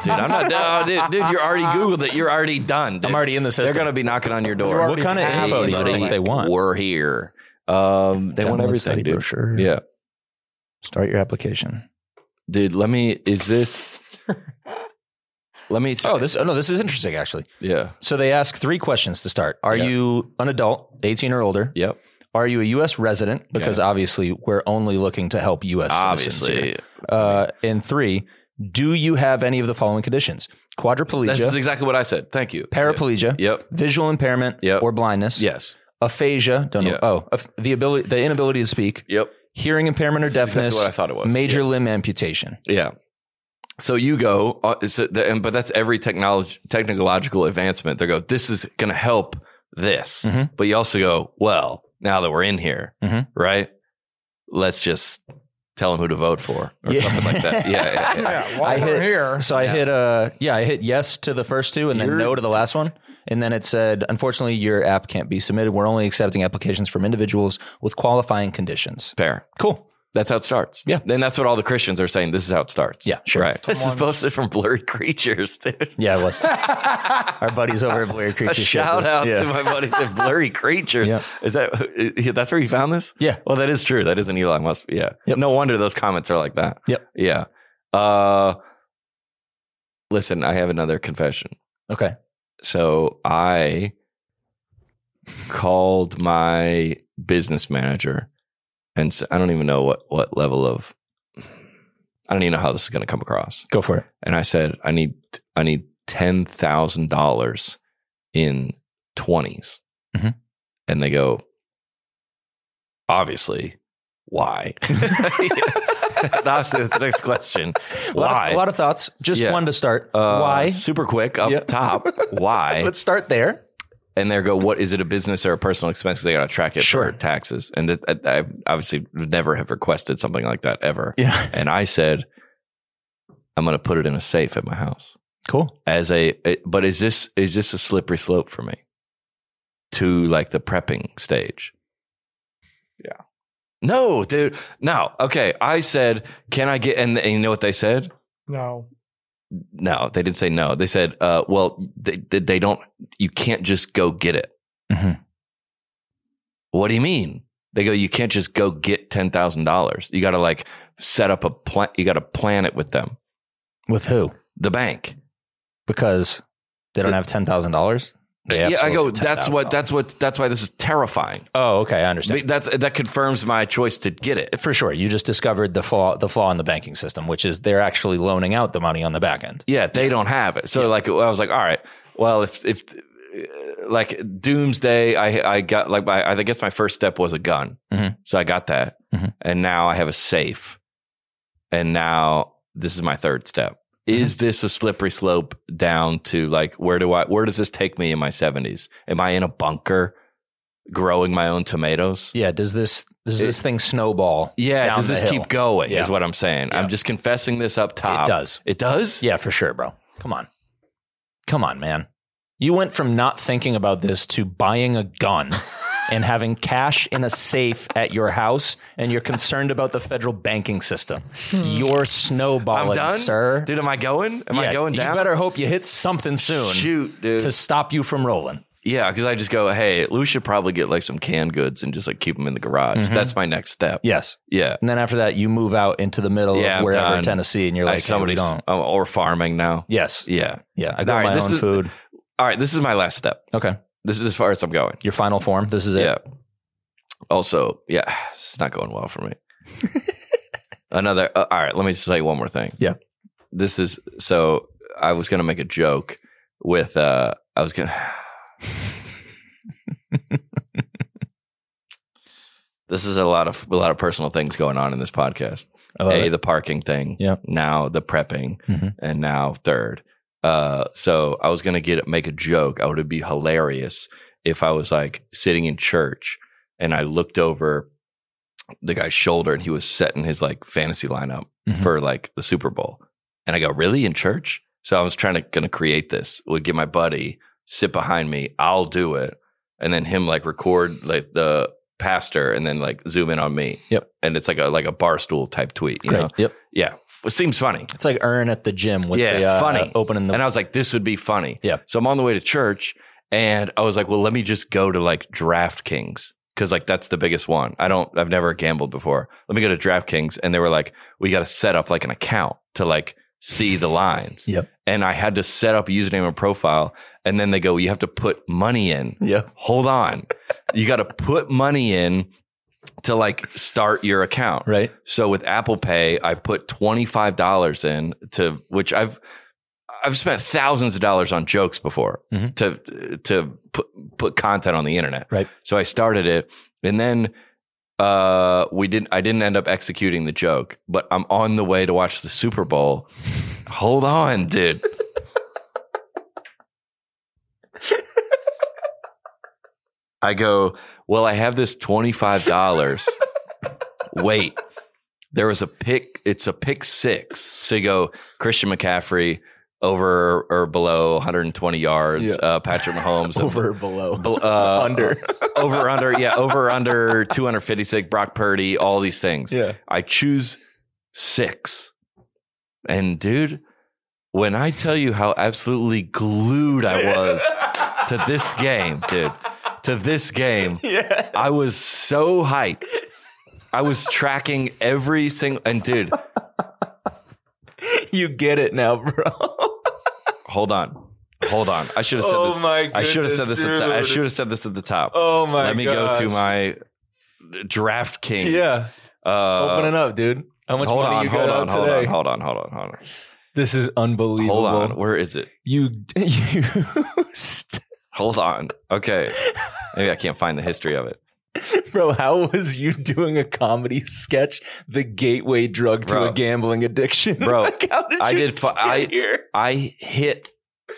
oh, dude, I'm not, no, dude, dude, you're already googled it. You're already done. dude.
I'm already in the
They're
system.
gonna be knocking on your
You're
door.
already
what kind of
have
info do you
Anybody,
think they want?
We're here. Um, they want
Download
everything,
study
dude.
brochure.
Yeah,
Start your application.
dude. Let me. Is this? let me.
Oh, this. Oh no, this is interesting actually.
Yeah.
So they ask three questions to start. Are
Yeah.
you an adult, 18 or older?
Yep.
Are you a U.S. resident? Because obviously we're only looking to help U.S. citizens here.
Obviously,
Uh, and three, do you have any of the following conditions?
this
Quadriplegia,
is exactly what I said. Thank you.
paraplegia,
Yep.
visual impairment
Yep.
or blindness,
Yes.
aphasia, don't
Yeah.
know. Oh, aph- the ability, the inability to speak,
Yep.
hearing impairment or
This is exactly
deafness,
what I thought it was.
major limb amputation.
Yeah. So you go, uh, it's a, the, and, but that's every technology, technological advancement. They go, this is going to help this.
Mhm.
But you also go, well, now that we're in here,
Mhm.
right? Let's just tell them who to vote for or
Yeah.
something like that. Yeah. yeah, yeah.
yeah, while
I
we're
hit-
here,
So I
Yeah.
hit uh yeah, I hit yes to the first two and then
You're-
no to the last one. And then it said, unfortunately, your app can't be submitted. We're only accepting applications from individuals with qualifying conditions.
Fair.
Cool.
That's how it starts.
Yeah.
Then that's what all the Christians are saying. This is how it starts.
Yeah, sure.
Right. This is
on.
posted from Blurry Creatures, dude.
Yeah, it was. Our buddies over at Blair
A
Creature.
shout out to my buddies at Blurry Creatures.
Yeah.
Is that uh, that's where you found this?
Yeah.
Well, that is true. That is an Elon Musk. Yeah.
Yep.
No wonder those comments are like that.
Yep.
Yeah. Uh, listen, I have another confession.
Okay.
So I called my business manager, and s I don't even know what what level of. I don't even know how this is going to come across
Go for it.
and I said, I need I need ten thousand dollars in 20s
Mhm.
and they go, obviously, why? Obviously, that's the next question.
A lot,
Why?
Of, a lot of thoughts. Just
Yeah.
one to start.
Uh,
Why?
Super quick up
Yeah.
top. Why?
Let's start there.
and they go, what is it? A business or a personal expense? They got to track it
Sure.
for taxes. And that, I, I obviously would never have requested something like that ever.
Yeah.
And I said, I'm going to put it in a safe at my house.
Cool.
as a it- but is this is this a slippery slope for me to like the prepping stage
Yeah.
no dude no okay i said can i get and, and you know what they said
no,
no they didn't say no they said uh, well they, they they don't you can't just go get it
Mhm.
what do you mean they go you can't just go get $10000 you gotta like set up a plan you gotta plan it with them
With who?
the bank
Because they don't have ten thousand dollars.
yeah i go that's what that's what that's why this is terrifying
Oh, okay, I understand.
But That's that confirms my choice to get it.
For sure, you just discovered the flaw the flaw in the banking system, which is they're actually loaning out the money on the back end.
Yeah, they don't have it. So like I was like, all right, well if if uh, like doomsday, I I got like my I guess my first step was a gun,
Mhm.
so I got that,
Mhm.
and now I have a safe, and now this is my third step.
Mm-hmm.
Is this a slippery slope down to like where do I where does this take me in my seventies? Am I in a bunker, growing my own tomatoes?
Yeah, does this does this thing snowball?
Yeah,
down
does
the
this
hill?
keep going?
Yeah.
Is what I'm saying.
Yeah.
I'm just confessing this up top.
It does.
It does?
Yeah, for sure, bro. Come on. Come on, man. You went from not thinking about this to buying a gun and having cash in a safe at your house, and you're concerned about the federal banking system. You're snowballing,
Hmm. I'm done,
sir.
Dude, am I going? Am I
Yeah,
going down?
You better hope you hit something soon
shoot, dude.
to stop you from rolling.
yeah, because I just go, hey, we should probably get like some canned goods and just like keep them in the garage.
Mhm.
That's my next step.
Yes.
Yeah.
And then after that, you move out into the middle
Yeah,
of
I'm
wherever
done.
Tennessee, and you're
Like,
like, somebody
somebody
don't.
Oh, or farming now.
Yes.
Yeah.
Yeah. I got
All right,
my
this
own
is-
food.
All right. This is my last step.
Okay.
This is as far as I'm going.
Your final form. This is it.
Yeah. Also, yeah, it's not going well for me. Another. Uh, all right, let me just tell you one more thing.
Yeah.
This is so. I was gonna make a joke with. uh I was gonna. this is a lot of a lot of personal things going on in this podcast.
I love
a
it.
the parking thing.
Yeah.
Now the prepping,
Mhm.
and now third. Uh, so I was gonna get make a joke. I would be hilarious if I was like sitting in church and I looked over the guy's shoulder and he was setting his like fantasy lineup
Mhm.
for like the Super Bowl. And I go, really in church? So I was trying to gonna create this. Would get my buddy sit behind me. I'll do it, and then him like record like the pastor, and then like zoom in on me.
Yep.
And it's like a like a bar stool type tweet. You know?
Yep.
Yeah. F- seems funny.
It's like Earn at the gym with
Yeah,
the uh,
funny.
opening the
And I was like, this would be funny.
Yeah.
So I'm on the way to church and I was like, well, let me just go to like DraftKings because like that's the biggest one. I don't, I've never gambled before. Let me go to DraftKings. And they were like, we got to set up like an account to like see the lines.
Yep.
And I had to set up a username and profile. And then they go, you have to put money in.
yeah.
Hold on. you got to put money in to like start your account.
Right.
So with Apple Pay, I put twenty five dollars in to which I've I've spent thousands of dollars on jokes before
Mhm.
to to put put content on the internet.
Right.
So I started it, and then uh, we didn't. I didn't end up executing the joke, but I'm on the way to watch the Super Bowl. Hold on, dude. I go, well, I have this $25. Wait, there was a pick. It's a pick six. So you go Christian McCaffrey over or below 120 yards,
Yeah.
uh, Patrick Mahomes
Over or below.
Bel- uh,
Under.
over under yeah over under 256 brock purdy all these things
yeah.
i choose six and dude when i tell you how absolutely glued i was to this game dude to this game
Yeah.
i was so hyped i was tracking every single and dude
You get it now, bro.
hold on hold on i should have said this
Oh my
i should have said this at the, i should have said this at the top
Oh my
let me go to my DraftKings.
Yeah.
Uh,
Open it up, dude. How much
hold
money
on,
you
hold
got
on,
out
hold on,
today?
hold on, hold on, hold on,
This is unbelievable.
hold on. Where is it?
You you st-
Hold on. Okay, maybe I can't find the history of it.
Bro, how was you doing a comedy sketch? The gateway drug to
Bro.
a gambling addiction.
Bro,
Like, how did
I
you
did fi-
get
I-
here?
I hit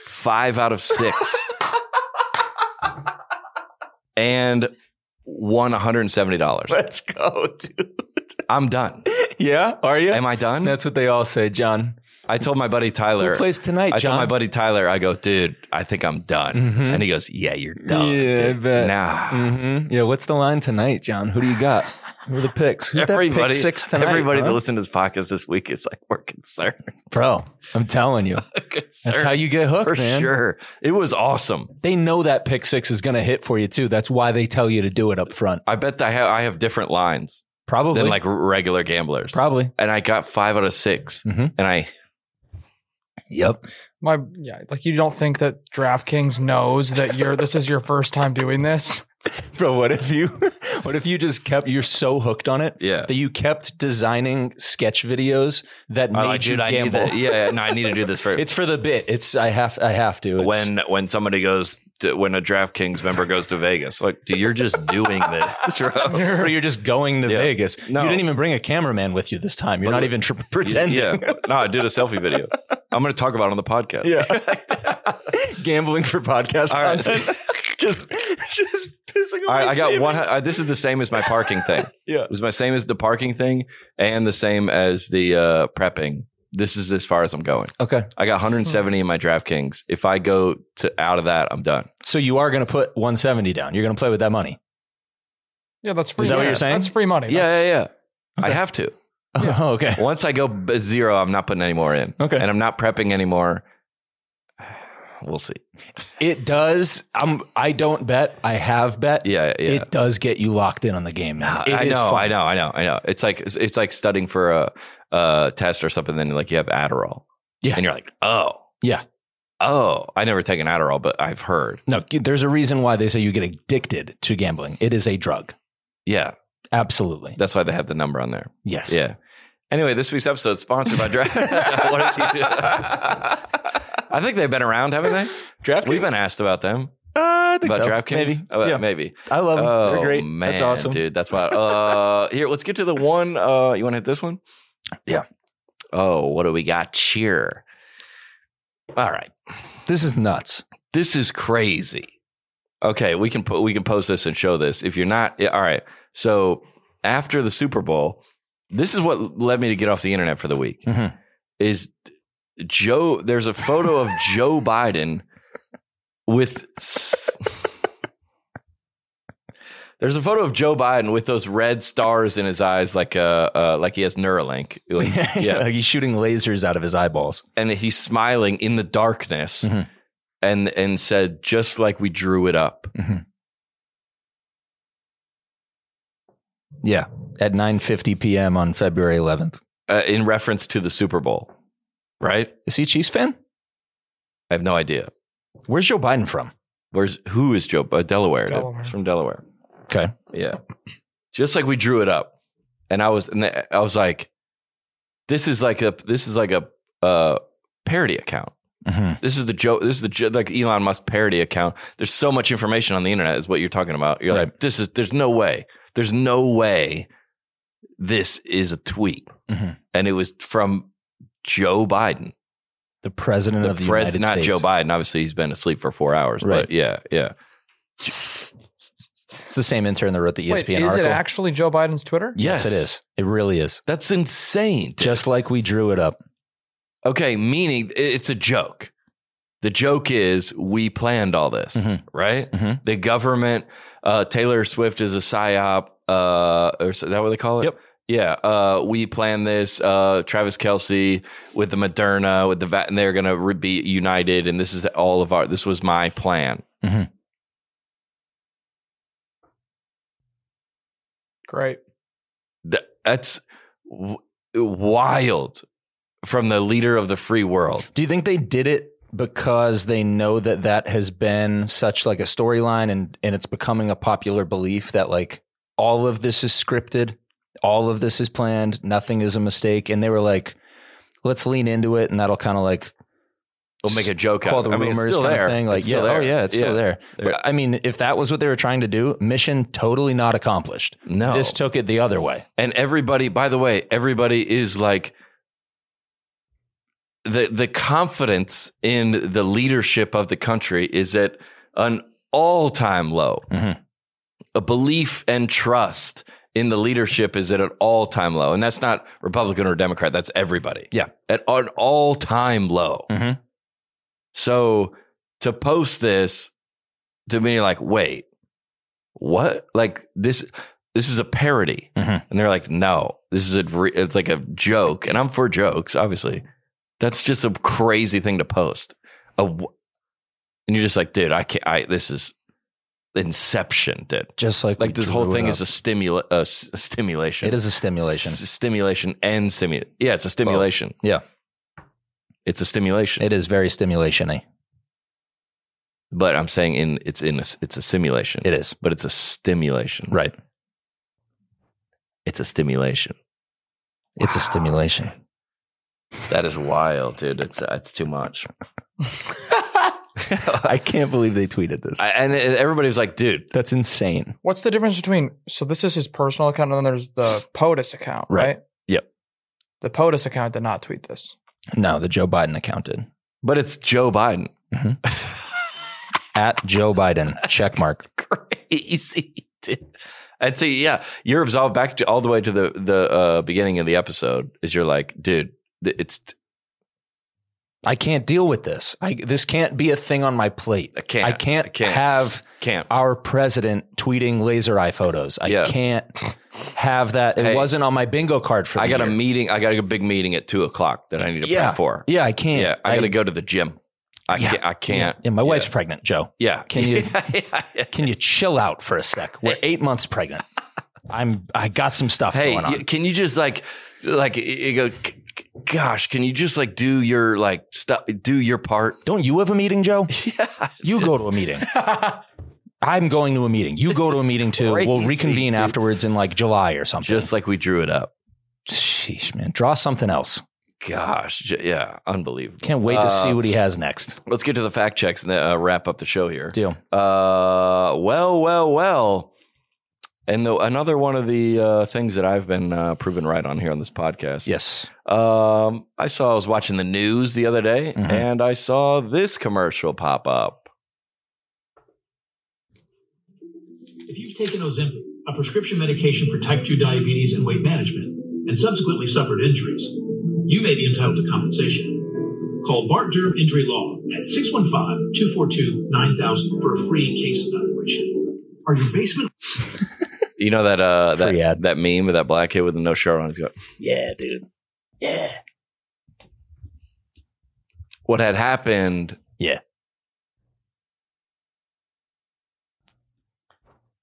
five out of six, and won one hundred and seventy dollars.
Let's
Oh,
go, dude.
I'm done.
Yeah, are you?
Am I done?
That's what they all say, John.
I told my buddy Tyler.
Who plays tonight,
I
John?
told my buddy Tyler. I go, dude. I think I'm done.
Mhm.
And he goes, Yeah, you're done.
Yeah, I
dude.
bet.
Nah.
Mm-hmm. Yeah, what's the line tonight, John? Who do you got? Who are the picks? Who's that pick six tonight?
Everybody
huh?
that listened to this podcast this week is like, we're concerned.
Bro, I'm telling you. That's how you get hooked,
for
man.
sure. It was awesome.
They know that pick six is going to hit for you, too. That's why they tell you to do it up front.
I bet I have I have different lines
Probably.
than like r- regular gamblers.
Probably.
and I got five out of 6
Mhm.
and I
Yep.
My yeah, like you don't think that DraftKings knows that you're this is your first time doing this.
Bro, what if you, what if you just kept, you're so hooked on it
yeah.
that you kept designing sketch videos that made
I like,
you
dude, I need
gamble?
to, yeah, no, I need to do this for
It's for the bit. It's, I have, I have to. It's,
when when somebody goes to, when a DraftKings member goes to Vegas. Like, dude, you're just doing this, bro.
or you're just going to
Yeah.
Vegas.
No.
You didn't even bring a cameraman with you this time. You're
But
not
look-
even tr- pretending.
Yeah. No, I did a selfie video. I'm going to talk about it on the podcast.
Gambling for podcast
All right.
content. just just pissing
All
away.
right, I got one.
savings.
I, this is the same as my parking thing.
Yeah.
It was my same as the parking thing and the same as the uh, prepping. This is as far as I'm going.
Okay.
I got
Hmm.
170 in my DraftKings. If I go to out of that, I'm done.
So you are gonna put 170 down. You're gonna play with that money.
Yeah, that's free.
Is that what
money.
you're saying?
That's free money.
Yeah, yeah,
That's-
yeah. I have to.
Oh, okay.
Once I go b- zero, I'm not putting any more in.
Okay.
And I'm not prepping anymore. We'll see.
It does. I'm I don't bet. I have bet.
Yeah, yeah.
It does get you locked in on the game now.
Uh, I know, I know, I know, I know. It's like it's, it's like studying for a, a test or something. Then like you have Adderall,
Yeah.
and you're like, oh,
Yeah.
oh. I never taken Adderall, but I've heard,
No, there's a reason why they say you get addicted to gambling. It is a drug.
yeah,
Absolutely.
that's why they have the number on there.
Yes.
Yeah. Anyway, this week's episode is sponsored by Draft. What did you do? I think they've been around, haven't they?
DraftKings. Uh,
We've been asked about them,
I think
about
so.
DraftKings.
Maybe.
Oh,
yeah.
maybe.
I love them.
Oh,
They're great.
man,
That's awesome.
dude. That's why. Uh, here, let's get to the one. Uh, you want to hit this one?
Yeah.
Oh, what do we got? Cheer. All right,
This is nuts.
this is crazy. Okay, we can put we can post this and show this. If you're not, yeah, all right. So after the Super Bowl, this is what led me to get off the internet for the week.
Mhm.
Is Joe. There's a photo of Joe Biden with. s- There's a photo of Joe Biden with those red stars in his eyes, like uh, uh like he has Neuralink. Like, yeah,
Like he's shooting lasers out of his eyeballs.
and he's smiling in the darkness
Mhm.
and and said just like we drew it up
Yeah, at 9:50 p.m. on February 11th.
uh, in reference to the super bowl right
Is he a Chiefs fan?
i have no idea
Where's Joe Biden from?
where's who is joe uh, delaware,
Delaware.
It's from delaware
Okay.
yeah just like we drew it up and i was and the- i was like this is like a this is like a uh parody account
Mhm.
this is the joke this is the jo- like elon musk parody account there's so much information on the internet is what you're talking about you're like this is there's no way there's no way this is a tweet
Mhm.
and it was from joe biden
The president
the
of the
pres-
United
not
States.
joe biden obviously he's been asleep for four hours
Right.
but yeah yeah
It's the same intern that wrote
E
the E ESPN
Wait, is
article.
it actually Joe Biden's Twitter?
yes, it is. It really is.
that's insane dude.
Just like we drew it up.
okay meaning i- it's a joke the joke is we planned all this
Mhm.
right
Mhm.
the government uh, taylor swift is a psyop uh, or is that what they call it
Yep.
yeah uh, we planned this uh, travis kelsey with the moderna with the va- and they're gonna re- be united and this is all of our this was my plan
Great.
Th- that's w- wild from the leader of the free world
Do you think they did it because they know that that has been such like a storyline and and it's becoming a popular belief that like all of this is scripted, all of this is planned, nothing is a mistake and they were like let's lean into it and that'll kind of like
We'll make a joke out
call
of
the
it. I mean, it's
rumors
still
kind
there.
of thing like
It's
yeah
still
oh
there.
yeah it's still
Yeah.
there.
There-
But I mean if that was what they were trying to do, mission totally not accomplished.
no
This took it the other way.
and everybody by the way everybody is like the the confidence in the leadership of the country is at an all-time low
Mhm.
a belief and trust in the leadership is at an all-time low and that's not republican or democrat that's everybody
Yeah.
at an all-time low
Mhm.
so to post this to me like wait what like this this is a parody
Mhm.
and they're like no this is a re- it's like a joke and i'm for jokes obviously that's just a crazy thing to post a w- and you're just like dude i can't i this is inception dude
Just like
like
we
this whole
drew it
thing
up.
is a stimula a s- a stimulation
it is a stimulation.
S- stimulation and simu yeah it's a stimulation
Yeah.
it's a stimulation
It is very stimulation-y.
but i'm saying in it's in a, s- it's a simulation
It is.
but it's a stimulation
Right.
it's a stimulation
It's a stimulation.
that is wild dude it's it's too much
I can't believe they tweeted this.
I, and it- everybody was like, dude,
That's insane.
What's the difference between so this is his personal account and then there's the POTUS account,
Right.
right?
Yep.
The POTUS account did not tweet this.
No, the Joe Biden account did.
but it's Joe Biden.
At Joe Biden, check mark.
Crazy, dude. And so, yeah, you're absolved back to all the way to the the uh, beginning of the episode. Is you're like, dude, th- it's
I can't deal with this. I, this can't be a thing on my plate.
I can't.
I can't,
I can't.
have
can't.
our president tweeting laser eye photos. I
Yeah.
can't have that. It
Hey.
wasn't on my bingo card for the
I got a
year.
meeting. I got a big meeting at two o'clock that I need to
Yeah.
prep for.
Yeah, I can't.
yeah. I got to go to the gym. I
Yeah.
can't. I can't.
Yeah, my wife's pregnant, Joe.
Yeah.
Can you-
Yeah, yeah.
Can you chill out for a sec? We're eight months pregnant. I'm. I got some stuff
hey,
going on.
y- can you just like, like, y- you go, "G- g- gosh, can you just like do your like stuff, do your part?
Don't you have a meeting, Joe?
Yeah.
You go to a meeting. I'm going to a meeting. You go to a meeting too. we'll
crazy,
reconvene
dude.
afterwards in like July or something.
Just like we drew it up.
sheesh, man. Draw something else.
Gosh. j- Yeah. Unbelievable.
Can't wait to
Uh,
see what he has next.
Let's get to the fact checks and then, uh, wrap up the show here.
Deal.
Uh, well, well, well. And the, another one of the uh, things that I've been uh, proven right on here on this podcast.
Yes.
Um, I saw I was watching the news the other day,
Mhm.
and I saw this commercial pop up.
If you've taken Ozempic, a prescription medication for type 2 diabetes and weight management, and subsequently suffered injuries, you may be entitled to compensation. Call Bart Durham Injury Law at 615-242-9000 for a free case evaluation. Are your basement...
You know that uh that
Free ad.
that meme of that black kid with no shirt on. He's got
Yeah, dude. Yeah.
what had happened.
Yeah.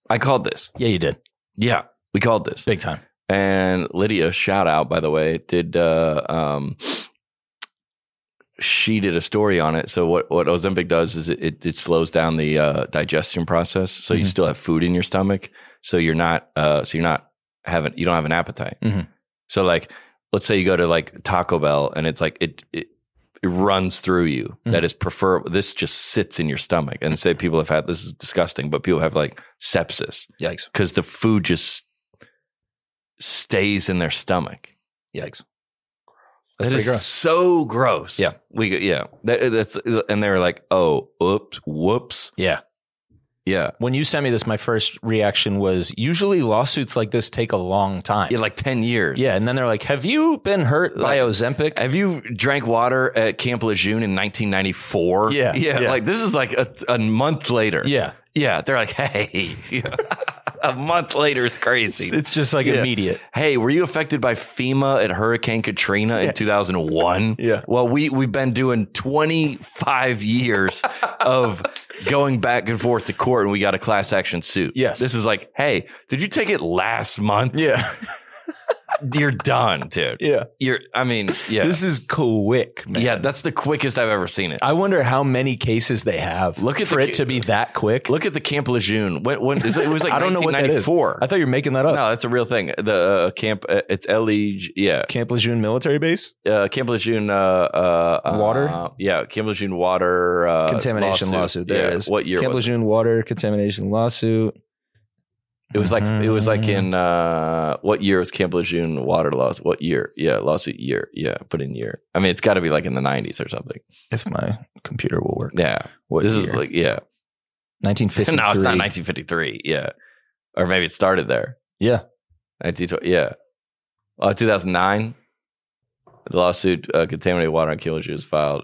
I called this.
Yeah, you did.
Yeah, we called this.
Big time.
And Lydia, shout out by the way, did uh, um, she did a story on it. So what what Ozempic does is it it, it slows down the uh, digestion process, so you
Mhm.
still have food in your stomach, so you're not uh, so you're not having you don't have an appetite.
Mhm.
So like, let's say you go to like Taco Bell, and it's like it. it it runs through you. That is prefer. This just sits in your stomach, and say people have had this is disgusting, but people have like sepsis
Yikes.
because the food just stays in their stomach.
Yikes.
That's
pretty gross.
so gross.
Yeah.
we go- yeah. That, that's and they were like, oh, oops, whoops,
Yeah.
yeah,
When you sent me this, my first reaction was usually lawsuits like this take a long time.
yeah, like ten years.
yeah, and then they're like, "Have you been hurt by
Like-
Ozempic?"
Have you drank water at Camp Lejeune in 1994?
Yeah,
yeah,
yeah.
Like this is like a, a month later.
yeah,
yeah. They're like, hey, a month later is crazy.
it's just like
Yeah.
immediate.
hey, were you affected by FEMA at Hurricane Katrina in 2001?
Yeah.
Well, we we've been doing 25 years of going back and forth to court, and we got a class action suit.
Yes.
This is like, hey, did you take it last month?
Yeah,
You're done, dude.
yeah.
You're. I mean, yeah,
is quick,
yeah. That's the quickest I've ever seen it.
I wonder how many cases they have.
Look at
for
the
it
ca-
to be that quick.
Look at the Camp Lejeune. When, when is it, it was like
I don't know what that is.
1994.
I thought you were making that up.
no, that's a real thing. The uh, camp, uh, it's L E. Yeah,
Camp Lejeune military base.
uh, Camp Lejeune uh, uh, uh,
Water?
yeah, Camp Lejeune water uh,
contamination lawsuit. There
yeah.
it is.
What year?
Camp
was it?
Lejeune water contamination lawsuit.
It was like it was like in
Mm-hmm.
uh, what year was Camp Lejeune water loss? What year? Yeah, lawsuit year. Yeah, put in year. I mean, it's got to be like in the nineties or something.
If my computer will work.
Yeah,
What
this is
year?
like yeah.
1953.
No, it's not nineteen fifty three. Yeah, or maybe it started there.
Yeah.
nineteen twenty. Yeah, uh, two thousand nine. The lawsuit uh, contaminated water on Camp Lejeune was filed.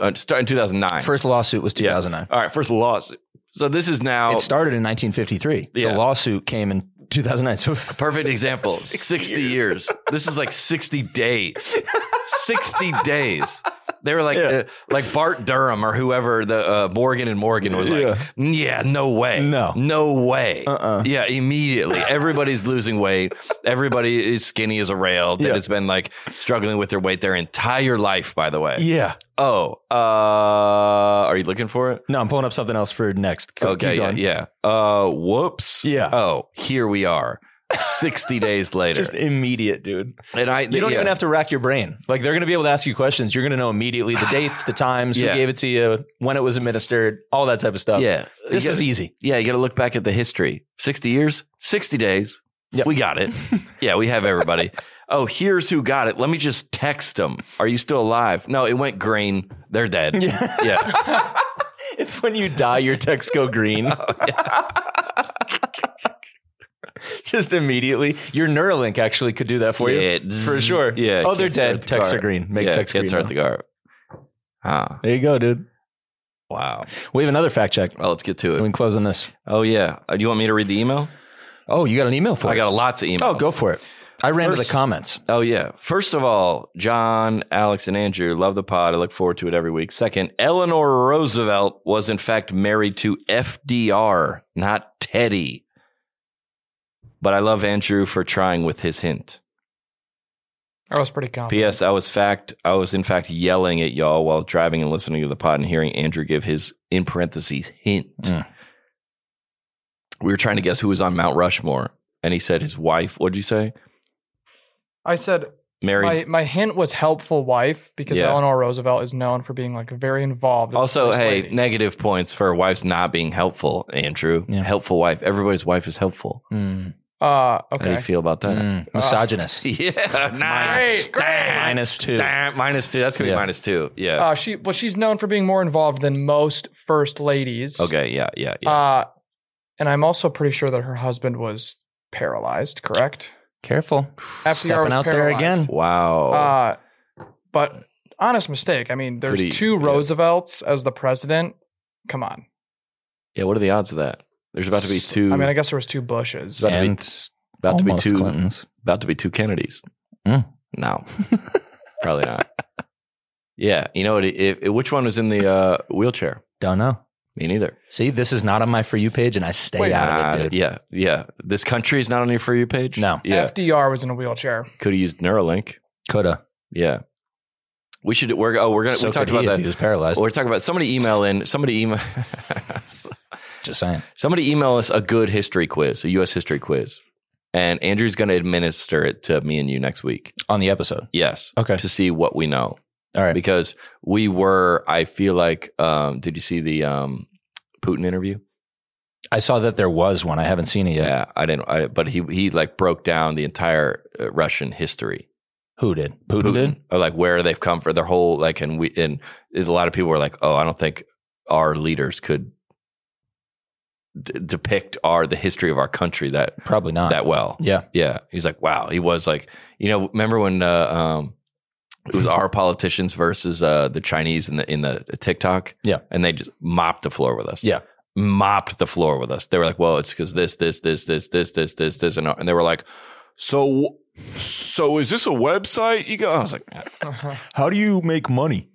Uh, starting two thousand nine.
First lawsuit was
Yeah.
2009.
All right, first loss. So this is now
It started in 1953.
Yeah.
The lawsuit came in 2009. So
a perfect example. 60 years. This is like 60 days. 60 days. They were like uh, like Bart Durham or whoever the uh, Morgan and Morgan was like, yeah, no way.
No.
No way.
Uh-uh.
Yeah, immediately. Everybody's losing weight. Everybody is skinny as a rail that
Yeah.
has been like struggling with their weight their entire life, by the way.
yeah.
Oh, uh are you looking for it?
No, I'm pulling up something else for next.
Okay,
Go- Oh, keep
yeah,
going.
yeah. Uh, whoops.
Yeah.
Oh, here we are, sixty days later,
Just immediate, dude.
and I.
You don't
yeah.
even have to rack your brain. Like they're going to be able to ask you questions. You're going to know immediately the dates, the times,
Yeah.
who gave it to you, when it was administered, all that type of stuff.
Yeah,
This
You
is
gotta-
easy.
yeah. You got to look back at the history. Sixty years, sixty days.
Yep.
we got it. yeah, we have everybody. Oh, here's who got it. Let me just text them. Are you still alive? No, it went green. They're dead.
Yeah.
yeah.
if when you die, your texts go green.
Oh,
Just immediately. Your Neuralink actually could do that for you.
Yeah,
For sure.
Yeah.
Oh, they're
kids start
dead.
the
Texts
car.
are green. Make
yeah,
texts
kids
green.
start
now.
the car. Ah,
There you go, dude.
wow.
We have another fact check.
Well, let's get to
We
it.
can close on this.
Oh yeah. Uh, Do you want me to read the email?
Oh, you got an email for
I
it.
got lots of emails.
oh, go for it. I ran to
First-
the comments.
Oh yeah. First of all, John, Alex, and Andrew love the pod. I look forward to it every week. Second, Eleanor Roosevelt was in fact married to FDR, not Teddy. But I love Andrew for trying with his hint.
I was pretty confident.
P.S. I was fact I was in fact yelling at y'all while driving and listening to the pod and hearing Andrew give his in parentheses hint.
Mm.
We were trying to guess who was on Mount Rushmore, and he said his wife. What'd you say?
I said
Married.
my, my hint was helpful wife because
Yeah.
Eleanor Roosevelt is known for being like very involved. as the
Also,
first
hey,
lady.
negative points for wives not being helpful, Andrew.
Yeah.
Helpful wife. Everybody's wife is helpful.
Mm,
uh,
How do
okay.
you feel about that?
mm, misogynist.
Yeah.
Minus-
Nice. Damn.
Minus two.
Damn. Minus two. That's going to
Yeah.
be minus two. Yeah.
Uh, she well, she's known for being more involved than most first ladies.
okay. Yeah. Yeah. Yeah.
Uh, and I'm also pretty sure that her husband was paralyzed. Correct.
Careful.
FDR
Stepping
was
out there
Oh.
uh,
paralyzed.
again.
wow.
Uh, but honest mistake. I mean, there's
Could he-
two
yeah.
Roosevelts as the president. Come on.
Yeah, what are the odds of that? There's about to be
S-
two.
I mean, I guess there was two Bushes.
About to be-
and
about to be
almost
two.
Clintons.
About to be two Kennedys.
Mm.
No, probably not. Yeah, you know what? If, if- which one was in the uh, wheelchair?
Don't know.
Me neither.
See, this is not on my for you page, and I stay
Wait,
out of
Uh,
it, dude.
yeah, yeah. This country is not on your for you page.
No.
Yeah,
FDR was in a wheelchair.
could have used Neuralink.
Coulda.
Yeah, we should. We're oh, we're gonna.
So
we talked
could he
about
if
that.
He was paralyzed.
We're talking about somebody email in. Somebody email.
Just saying.
Somebody email us a good history quiz, a U.S. history quiz, and Andrew's going to administer it to me and you next week.
On the episode.
Yes,
Okay.
to see what we know
All right.
because we were. I feel like. Um, did you see the um, Putin interview?
I saw that there was one. I haven't seen it
Yeah,
yet.
I didn't. I, but he he like broke down the entire uh, Russian history.
Who did? Putin, did?
or like where they've come from, their whole like, and we and a lot of people were like, oh, I don't think our leaders could d- depict our the history of our country that
Probably not.
that well.
yeah.
Yeah, he's like, wow, he was like, you know, remember when uh, um, it was our politicians versus uh, the Chinese in the in the TikTok?
Yeah.
and they just mopped the floor with us.
Yeah.
mopped the floor with us. They were like, well, it's because this, this, this, this, this, this, this, this, and and they were like, so, so is this a website? You go. I was like,
How do you make money?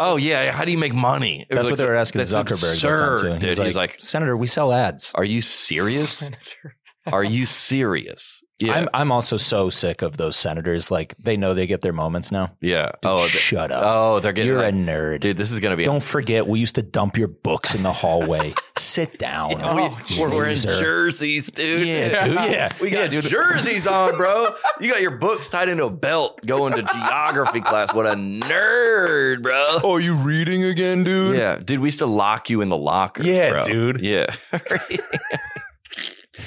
oh yeah, how do you make money? It was
That's
like,
what they were asking
that's
Zuckerberg.
absurd,
that time, too.
dude.
He's
He's like,
Senator, we sell ads.
are you serious? Are you serious? Yeah,
I'm, I'm also so sick of those senators. Like, they know they get their moments now.
yeah.
Dude,
oh, they-
shut up.
oh, they're getting
You're
like-
a nerd.
dude. This is gonna be
Don't forget, we used to dump your books in the hallway. Sit down.
Yeah, we,
Oh,
we're wearing
geezer.
jerseys, dude.
Yeah, dude. Yeah.
We got jerseys on, bro. You got your books tied into a belt going to geography class. What a nerd, bro.
Are you reading again, Oh, dude?
Yeah, dude, we used to lock you in the locker.
Yeah,
bro.
dude.
Yeah.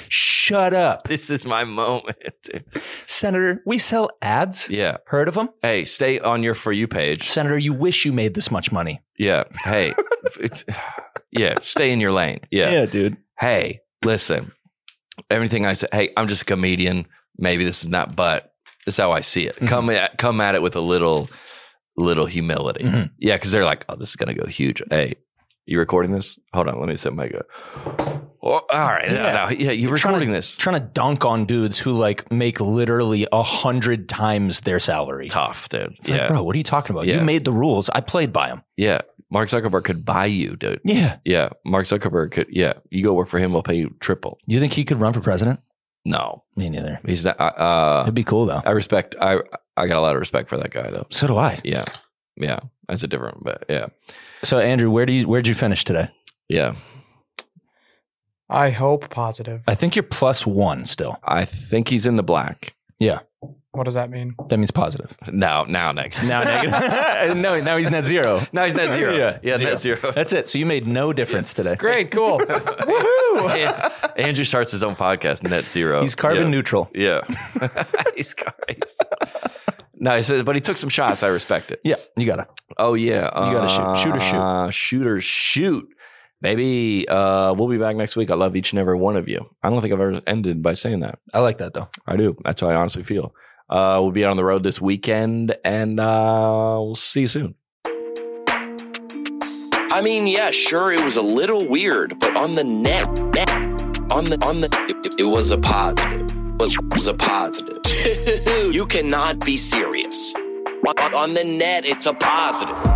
Shut up.
this is my moment, dude.
Senator, we sell ads.
Yeah.
Heard of them?
Hey, stay on your For You page.
Senator, you wish you made this much money.
Yeah. Hey, it's, yeah, stay in your lane. Yeah.
dude.
Hey, listen, everything I say, hey, I'm just a comedian. Maybe this is not, but this is how I see
Mm-hmm.
it. Come at, come at it with a little, little humility.
Mhm.
Yeah, because they're like, oh, this is gonna go huge. Hey, you recording this? Hold on, let me set my go. Oh, all right, no,
Yeah.
no, yeah, you're
trying to-
recording this.
Trying to dunk on dudes who like make literally a hundred times their salary.
Tough, dude.
It's
yeah,
like, bro, what are you talking about?
Yeah.
You made the rules. I played by them.
yeah. Mark Zuckerberg could buy you, dude.
Yeah.
Yeah, Mark Zuckerberg could. Yeah, you go work for him, we'll pay you triple.
You think he could run for president?
No,
Me neither.
he's not. Uh,
It'd be cool though.
I respect. I I got a lot of respect for that guy though.
So do I.
Yeah. Yeah. That's a different, but yeah.
So Andrew, where do you where'd you finish today?
Yeah.
I hope positive.
I think you're plus one still.
I think he's in the black.
What does that mean?
That means positive.
Now, now, next.
Now negative. no, now he's net zero.
now he's net zero.
Yeah,
Yeah. Net zero.
That's it. So you made no difference today.
Great, cool. Woohoo!
Yeah. Andrew starts his own podcast, Net Zero.
He's carbon neutral.
Yeah. yeah. he's crazy. No, he says, but he took some shots. I respect it.
Yeah, you gotta.
Oh, yeah.
You gotta shoot. Shoot or shoot.
Uh, shoot or shoot. Maybe uh, we'll be back next week. I love each and every one of you. I don't think I've ever ended by saying that.
I like that though.
I do. That's how I honestly feel. Uh, we'll be out on the road this weekend, and uh, we'll see you soon.
I mean, yeah, sure, it was a little weird, but on the net, net on the on the, it, it was a positive. Was, was a positive. you cannot be serious. On, on the net, it's a positive.